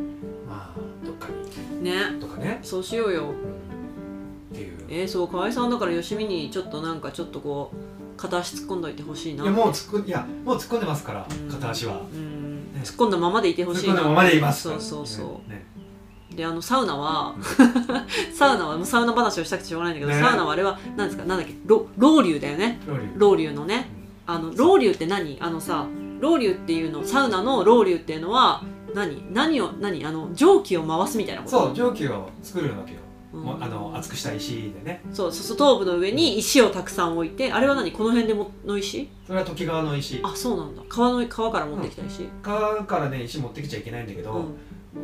S2: まあどっかに
S1: ね
S2: とかね、
S1: そうしようよ
S2: っていうい
S1: えー、そう河合さんだからよしみにちょっとなんかちょっとこう片足突っ込んどいてほしいな
S2: やもう突っ込んいやもう突っ込んでますから
S1: うん
S2: 片足は
S1: うん
S2: ね
S1: 突っ込んだままでいて
S2: 突
S1: ほ
S2: っ
S1: しい
S2: 込んだままでいます
S1: そうそうそう
S2: ね
S1: であのサウナは サウナはもうサウナ話をしたくてしょうがないんだけど、
S2: ね
S1: サウナはあれは何ですかなんだっけロロウリュだよね
S2: ロリュ
S1: ロウリュのねあのロウリュって何あのさロウリュっていうのサウナのロウリュっていうのは何何を何あの蒸気を回すみたいなこと
S2: そう蒸気を作るわけよ、
S1: うん
S2: もうあの熱くした石でね
S1: そうそうそう頭部の上に石をたくさん置いてあれは何この辺でもの石
S2: それは時川の石
S1: あそうなんだ川の川から持ってきた石、
S2: 川からね石持ってきちゃいけないんだけ
S1: う
S2: ど、
S1: ん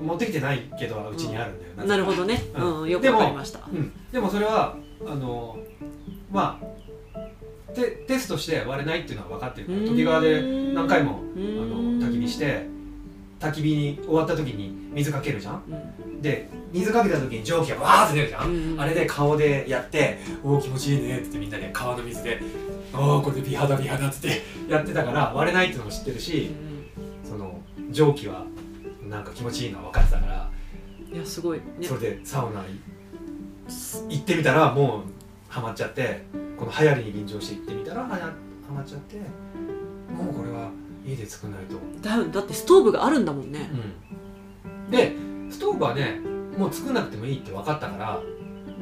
S2: 持ってきてないけどうちにあるんだよ、
S1: な
S2: る
S1: るほどね、
S2: う
S1: うんよくわかりました
S2: うん、でもそれはあのまあテテストして割れないっていうのは分かってるから時川で何回も
S1: あ
S2: あの焚き火して焚き火に終わった時に水かけるじゃんで水かけた時に蒸気がわーって出るじゃん、あれで顔でやって「おお気持ちいいね」って言ってみんなで川の水で「おおこれで美肌美肌」っつってやってたから割れないっていうのも知ってるしその蒸気はなんか気持ちいいのは分かってたから、
S1: いやすごいね
S2: それでサウナい行ってみたらもうハマっちゃってこの流行りに便乗して行ってみたらはやハマっちゃってもうこれは家で作んないと。
S1: だよだってストーブがあるんだもんね
S2: うん、でストーブはねもう作んなくてもいいって分かったから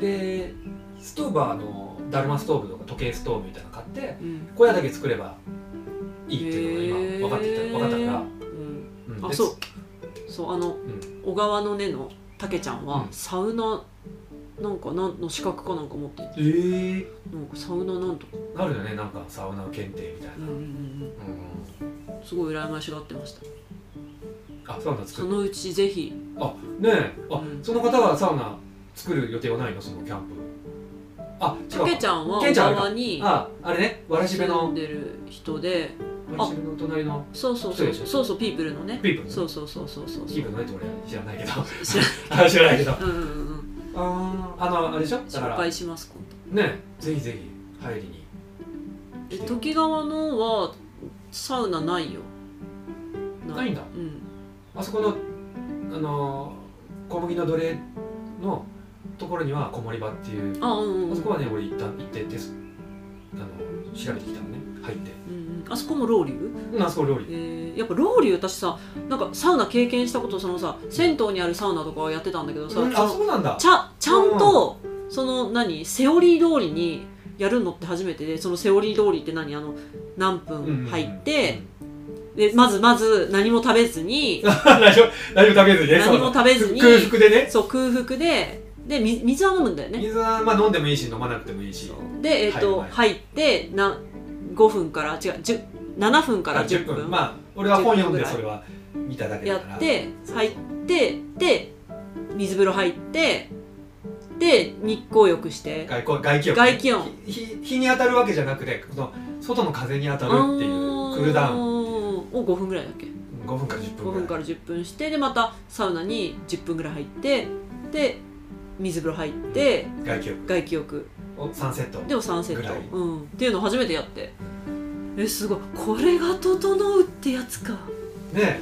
S2: でストーブはあのだるまストーブとか時計ストーブみたいなの買って
S1: うん
S2: 小屋だけ作ればいいっていうのが今分かって
S1: へ
S2: た
S1: ー
S2: 分かったから、
S1: うん
S2: うん
S1: あ
S2: で
S1: そうそうあの
S2: ん
S1: 小川の根のたけちゃんは
S2: うん
S1: サウナなんかなんの資格かなんか持ってて
S2: えー、
S1: なんかサウナなんとか
S2: あるよねなんかサウナ検定みたいな、
S1: う
S2: うんん
S1: うんうんうんすごい羨ましがってました
S2: あサウナ
S1: そ
S2: 作る
S1: のうちぜひ
S2: あねえあ、
S1: うん
S2: その方はサウナ作る予定はないのそのキャンプあ違う
S1: たけちゃんは
S2: け
S1: 小
S2: いちゃんあれか
S1: 川に
S2: ああれねわらしべ
S1: 住ん
S2: の
S1: でる人で
S2: わらしべの隣の
S1: そうそうそう
S2: そうでしょ
S1: そうそうピープルのね
S2: ピープルね
S1: そうそうそうそうそう
S2: キープないと俺は知らないけど
S1: 知ら
S2: あ知らないけど
S1: うんうんうん
S2: あーあのあれでしょだ
S1: 失
S2: から
S1: 敗
S2: ね
S1: します今度
S2: ぜひぜひ入りに
S1: え時川のはサウナないよ
S2: ないんだ
S1: うん
S2: あそこのあのー小麦の奴隷のところにはこもり場っていう
S1: あうんうん
S2: あ
S1: うん
S2: そこはね俺行った行ってテスあの調べてきたのね入って
S1: うんうんあそこもロウリュ、
S2: うんあそこ料理
S1: えー、やっぱロウリュ私さなんかサウナ経験したことそのさ銭湯にあるサウナとかはやってたんだけどさ、
S2: うん
S1: そ
S2: あ
S1: の
S2: そうなんだ
S1: ちゃちゃんとその何セオリー通りにやるのって初めてでそのセオリー通りって何あの何分入って、でまずまず何も食べずに
S2: 大丈夫大丈夫食べずにね
S1: 何も食べずに
S2: そう空腹でね
S1: そう空腹ででみ水は飲むんだよね
S2: 水はまあ飲んでもいいし飲まなくてもいいし
S1: で、えっと
S2: はい
S1: 入ってな5分から違う10 7分から10分
S2: まあ俺は本読ん
S1: 10分ぐ
S2: で
S1: らい
S2: それは見ただけ
S1: や
S2: だから
S1: って
S2: そう
S1: 入ってで水風呂入ってで日光浴して
S2: 外光外気温
S1: 外気温
S2: ひ日日に当たるわけじゃなくてこの外の風に当たるっていうクールダウン
S1: を5分ぐらいだっけ
S2: 5分から10
S1: 5
S2: 分
S1: 分
S2: ぐ
S1: から
S2: い
S1: ら10分してでまたサウナに10分ぐらい入ってで水風呂入って
S2: 外気浴
S1: 外気浴
S2: を3セット
S1: でも3セッ
S2: ぐらい
S1: ト、うん、っていうのを初めてやってえすごいこれが整うってやつか
S2: ねえ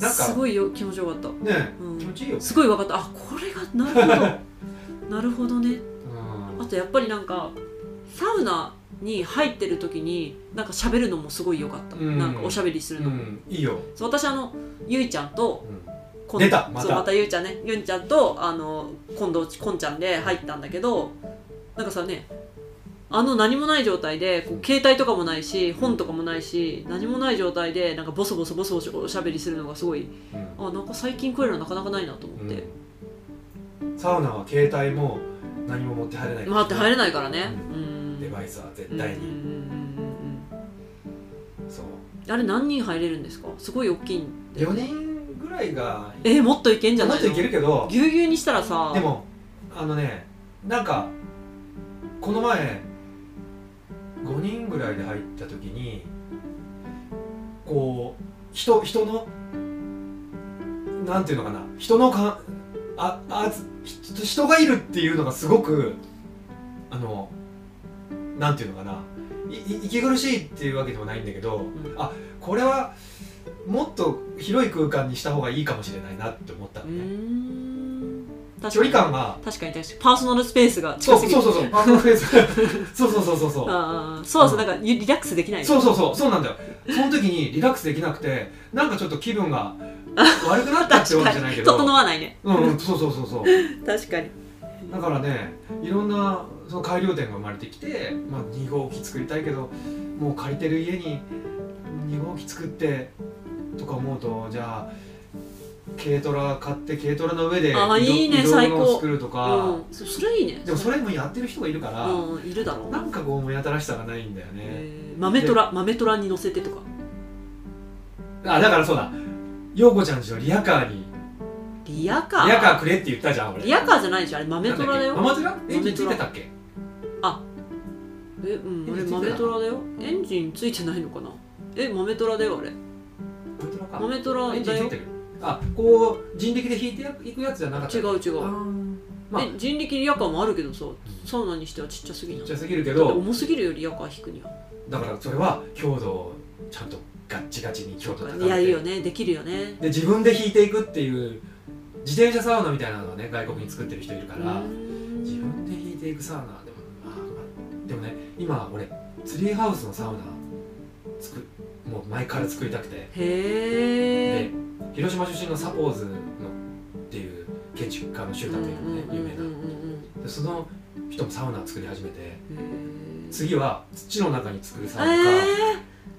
S2: なん
S1: す
S2: か
S1: ごいよ気持ちよかった、
S2: ねえ
S1: うん、
S2: 気持ちいいよ
S1: すごい分かったあこれがなる ほどなるほどね
S2: うん
S1: あとやっぱりなんかサウナに入ってる時になんか喋るのもすごい良かった、
S2: うん
S1: なんかおしゃべりするの
S2: う
S1: も、
S2: んいいよ
S1: そう私あのゆいちゃんとこん
S2: 出たまた
S1: そうまたゆうちゃんねゆんちゃんとあの今度こんちゃんで入ったんだけどなんかさねあの何もない状態でこう携帯とかもないし本とかもないし何もない状態でなんかボソボソボソボソおしゃべりするのがすごい
S2: うんうん
S1: あなんか最近こういうのなかなかないなと思って、
S2: うんサウナは携帯も何も持って入れない
S1: まあって入れないからねう
S2: デ
S1: ん
S2: バイスは絶対
S1: うんうん
S2: に
S1: うん
S2: そう
S1: うんあれ何人入れるんですかすごい大きいんで
S2: 4人ぐらいが
S1: えーもっといけんじゃ
S2: も
S1: な
S2: っ
S1: い
S2: と
S1: の
S2: いけるけど
S1: ぎゅうぎゅうにしたらさ
S2: でもあのねなんかこの前5人ぐらいで入った時にこう人人のなんていうのかな人のかああつ人人がいるっていうのがすごくあのなんていうのかないい息苦しいっていうわけでもないんだけど、
S1: ん
S2: あこれはもっと広い空間にした方がいいかもしれないなって思ったの
S1: うー
S2: ね、
S1: ん確
S2: 距
S1: かに
S2: 離感が
S1: 確かに確かにパーソナルスペースが
S2: そ
S1: 近す
S2: うそ
S1: ぎる
S2: うそうそ うパーマフェイスそうそうそうそうそう
S1: ああそうそうなんかリラックスできない
S2: そうそうそうそうなんだよその時にリラックスできなくてなんかちょっと気分が悪くなったってわけじゃないけど
S1: 整わないね
S2: うんうんそうそうそうそう
S1: 確かに
S2: だからねいろんなその改良点が生まれてきて、まあ、2号機作りたいけどもう借りてる家に2号機作ってとか思うとじゃあ軽トラ買って軽トラの上で
S1: あーいいね
S2: 移動
S1: 最
S2: 移動
S1: 高
S2: のを作るとか、
S1: うんそそれいいね
S2: でもそれもやってる人がいるから、
S1: うんいるだろう
S2: なんかこう目新しさがないんだよね、
S1: えー豆虎豆虎に乗せてとか
S2: あだからそうだ陽子ちゃんちのリアカーに
S1: リアカー
S2: リアカーくれって言ったじゃん俺
S1: リアカーじゃないでしょあれ豆
S2: なんだっけ
S1: 虎だよ
S2: ママトラエンジ
S1: 豆
S2: ンつい
S1: 虎
S2: てたっけ
S1: えうん
S2: エ
S1: 俺
S2: ンジンついて
S1: 豆
S2: た
S1: 虎だよエンジンついてないのかなえ豆虎だよあれ
S2: マトラか
S1: 豆虎
S2: エンジ
S1: だ
S2: ンつい
S1: よ
S2: てるあこう人力で引いていくやつじゃなかった
S1: 違う違う、
S2: あーまあ
S1: え人力リアカーもあるけどさサウナにしてはちっちゃすぎ
S2: ち
S1: な
S2: っ
S1: い
S2: ちゃすぎるけ
S1: だって
S2: ど
S1: 重すぎるよリアカー引くには
S2: だからそれは強度をちゃんとガッチガチに強度高めて
S1: いやいいよねできるよね
S2: で自分で引いていくっていう自転車サウナみたいなのがね外国に作ってる人いるから、
S1: う
S2: 自
S1: ん
S2: 分で引いていくサウナでもあーでもね今俺ツリーハウスのサウナ作もう前から作りたくて
S1: へ
S2: で
S1: え
S2: 広島出身のサポーズのっていう建築家の集団というのね有名なでその人もサウナ作り始めて次は土の中に作るサウナか、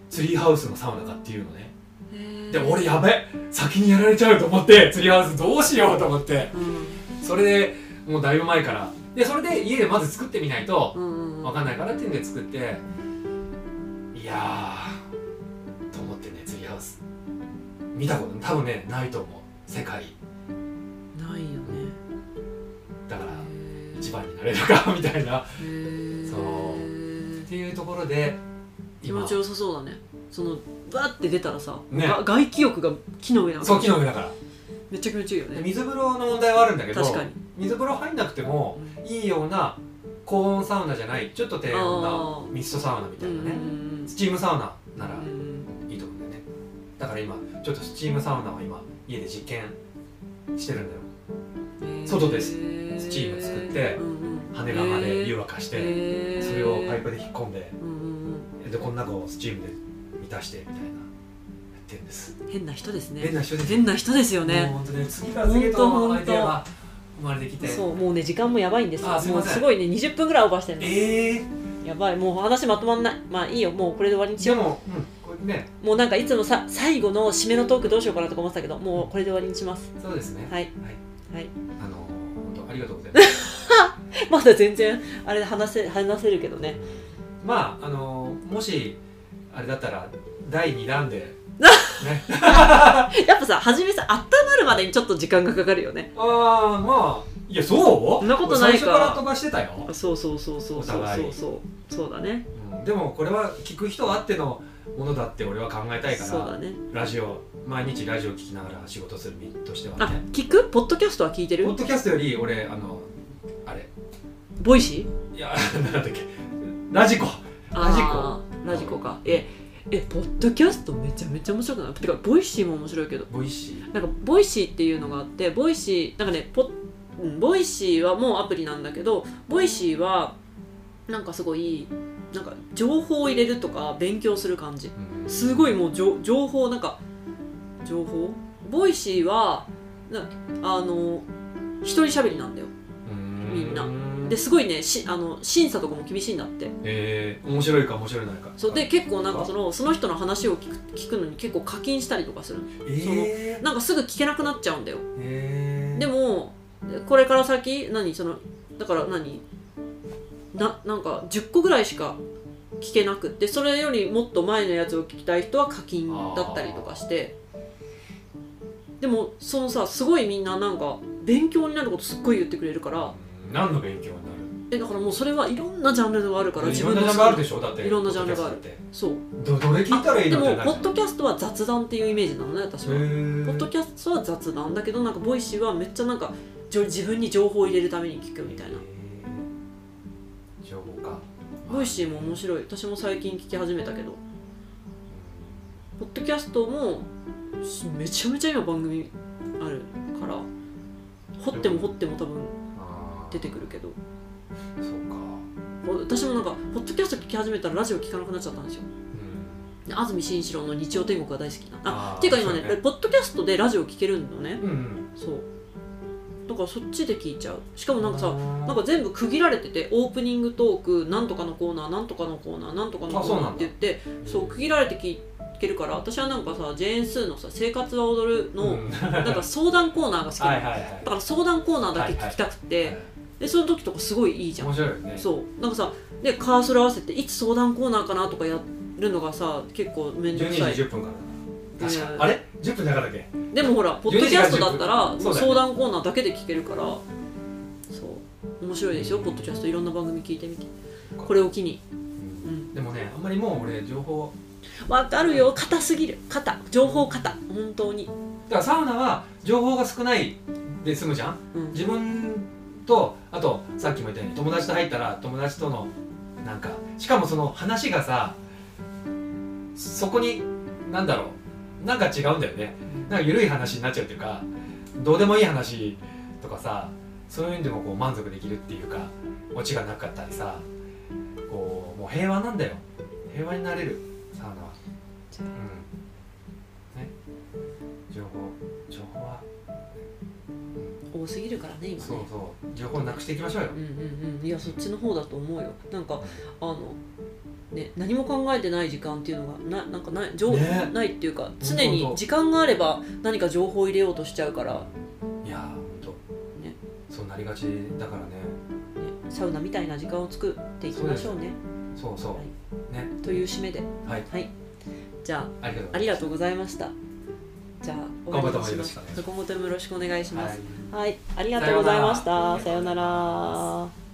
S2: ツリーハウスのサウナかっていうのねで俺やべ先にやられちゃうと思ってツリーハウスどうしようと思ってそれでもうだいぶ前からでそれで家でまず作ってみないとわかんないからっていうんで作っていやーと思ってねツリーハウス見たこと多分ねないと思う世界
S1: ないよね
S2: だから一番になれるかみたいなっ
S1: そう
S2: ていうところで
S1: 気持ちよさそうだねそのバーって出たらさ、
S2: ね
S1: が外気浴が木の上なわけ
S2: そう木の上だから
S1: めっちゃ気持ちいいよ
S2: で
S1: ね
S2: 水風呂の問題はあるんだけど
S1: 確かに
S2: 水風呂入んなくてもいいような高温サウナじゃないちょっと低温
S1: あ
S2: な
S1: ー
S2: ミストサウナみたいなね、
S1: うん
S2: スチームサウナなら
S1: うん
S2: いいと思うんだよねだから今ちょっとスチームサウナを今家で実験してるんだよ外ですスチーム作って羽がまで湯沸かしてそれをパイ
S1: プ
S2: プで引っ込んででこの中をスチームで満たしてみたいなやってるんです
S1: 変な人です
S2: 変
S1: ね
S2: な人です
S1: 変な人ですよ
S2: もう
S1: ね
S2: 本当ね次から次へ
S1: ほん
S2: と
S1: と
S2: アイデアが生まれてきて
S1: そうもうね時間もやばいんですよ
S2: あすい
S1: も
S2: ま
S1: う
S2: せん
S1: すごいね20分ぐらいオーバーしてるの
S2: ええ
S1: やばいもう話まとまんないまあいいよもうこれで終わりにし
S2: で
S1: よ
S2: も、うん、これね
S1: うもうなんかいつもさ最後の締めのトークどうしようかなとか思ってたけどもうこれで終わりにします
S2: そうですね
S1: はい
S2: は、
S1: はいい
S2: あのー本当ありがとうございます
S1: まだ全然あれで話せ話せるけどね
S2: まああのーもしあれだったら第2弾でね
S1: やっぱさ初めさ温まるまでにちょっと時間がかかるよね
S2: ああまあいやそう
S1: そんなことないか
S2: 最初から飛ばしてたよ、
S1: そうそうそうそうそうそうそうそうだね
S2: うんでもこれは聞く人あってのものだって俺は考えたいか
S1: そうだ
S2: ら、
S1: ね
S2: ラジオ毎日ラジオ聞きながら仕事する身としては
S1: あ
S2: ね
S1: 聞くポッドキャストは聞いて
S2: ポ
S1: る
S2: ッドキャストより俺あのあれ
S1: ボイシー
S2: いや なんだっけラジコラジコ
S1: あーラジコかええポッドキャストめちゃめちゃ面白くないてかボイシーも面白いけど
S2: ボイシー
S1: なんかボイシーっていうのがあってボイシーなんかねポうんボイシーはもうアプリなんだけどボイシーはなんかすごいなんか情報を入れるとか勉強する感じ
S2: うん
S1: すごいもうじょ情報なんか情報ボイシーはなあの一人喋りなんだよ
S2: うん
S1: みんなですごいねしあの審査とかも厳しいんだって
S2: えー面白いか面白いないか
S1: そうで結構なんかそのその人の話を聞く聞くのに結構課金したりとかするの
S2: えー
S1: なんかすぐ聞けなくなっちゃうんだよ
S2: えー
S1: でもこれから先何そのだから何ななんか10個ぐらいしか聞けなくってそれよりもっと前のやつを聞きたい人は課金だったりとかしてでもそのさすごいみんななんか勉強になることすっごい言ってくれるから
S2: うん何の勉強になる
S1: えだからもうそれはいろんなジャンルがあるから
S2: い
S1: 自
S2: ろん
S1: 分
S2: な
S1: の
S2: ジャンルあるでしょだって
S1: いろんなジャンルがある
S2: ポッドキャス
S1: そう
S2: トってどどれ聞いたらいい
S1: で
S2: のって
S1: も
S2: な
S1: ポ
S2: る
S1: ッドキャストは雑談っていうイメージなのね私はポッドキャストは雑談だけどなんかボイシーはめっちゃなんかじょ自分に情報を入れるために聞くみたいな
S2: えー情報か
S1: ボイシーも面白い私も最近聞き始めたけどポッドキャストもすめちゃめちゃ今番組あるから掘っても掘っても多分
S2: あー
S1: 出てくるけど
S2: そうか、
S1: 私もなんかポッドキャスト聞き始めたらラジオ聞かなくなっちゃったんですよ
S2: うん
S1: 安住紳一郎の日曜天国が大好きなあ
S2: あー
S1: っていうか今ね
S2: そうね
S1: ポッドキャストでラジオ聞けるのね
S2: うんうん
S1: そうだからそっちで聞いちゃうしかもなんかさなんか全部区切られててオープニングトークなんとかのコーナーなんとかのコーナーなんとかの
S2: あ
S1: コ
S2: そう
S1: ーナ
S2: な
S1: ーっ
S2: ん
S1: て
S2: だ
S1: 言ってそう区切られて聞けるから私はなんかさジェーン・スーのさ「生活は踊るの」
S2: うん
S1: なんか相談コーナーが好きなの
S2: はいはいはい
S1: だから相談コーナーだけ聞きたくて、でその時とかすごいいいじゃん
S2: 面白いよね
S1: そうなんかさでカーソル合わせていつ相談コーナーかなとかやるのがさ結構面倒
S4: 12
S1: く
S4: 時
S1: さい
S4: 10分から
S2: 確か
S1: う
S2: に
S1: ん
S2: あれ10分だからだっけ
S1: でもほらポッドキャストだったら
S2: 12時から10分そうだよ
S1: 相
S2: ね
S1: 談コーナーだけで聞けるからそう面白いですよポッドキャストいろんな番組聞いてみてこれを機にうん
S2: でもねあんまりもう俺情報
S1: わかるよ硬すぎる硬情報硬本当に
S2: だからサウナは情報が少ないで済むじゃん
S1: うん
S2: 自分とあとさっきも言ったように友達と入ったら友達とのなんかしかもその話がさそこになんだろうなんか違うんだよねなんか緩い話になっちゃうっていうかどうでもいい話とかさそういうのでもこう満足できるっていうかオチがなかったりさこうもう平和なんだよ平和になれるサウナはうんね情報情報は
S1: 多すぎるからね今ね
S2: そうそう情報なくしていきましょうよ
S1: うんうんうんいやそっちの方だと思うよなんかあのね何も考えてない時間っていうのがななんかない情、
S2: ね
S1: ないっていうか常
S2: ほん
S1: に
S2: と
S1: 時間があれば何か情報を入れようとしちゃうから、
S2: いやーほんと
S1: ね
S2: そうなりがちだからね
S1: ね、サウナみたいな時間を作っていきましょうね
S2: そうそう、
S1: は
S2: ね
S1: という締めで
S2: はい
S1: じゃ
S2: ありがとうございます
S1: あありがとうございましたじゃあ
S2: 今後とも
S1: 終わりに
S2: よろしくお願いします
S1: 今後ともよろしくお願いします
S2: はい
S1: はい、ありがとうございました
S2: さ
S1: さよ
S2: よ
S1: う
S2: う
S1: な
S2: なら
S1: ら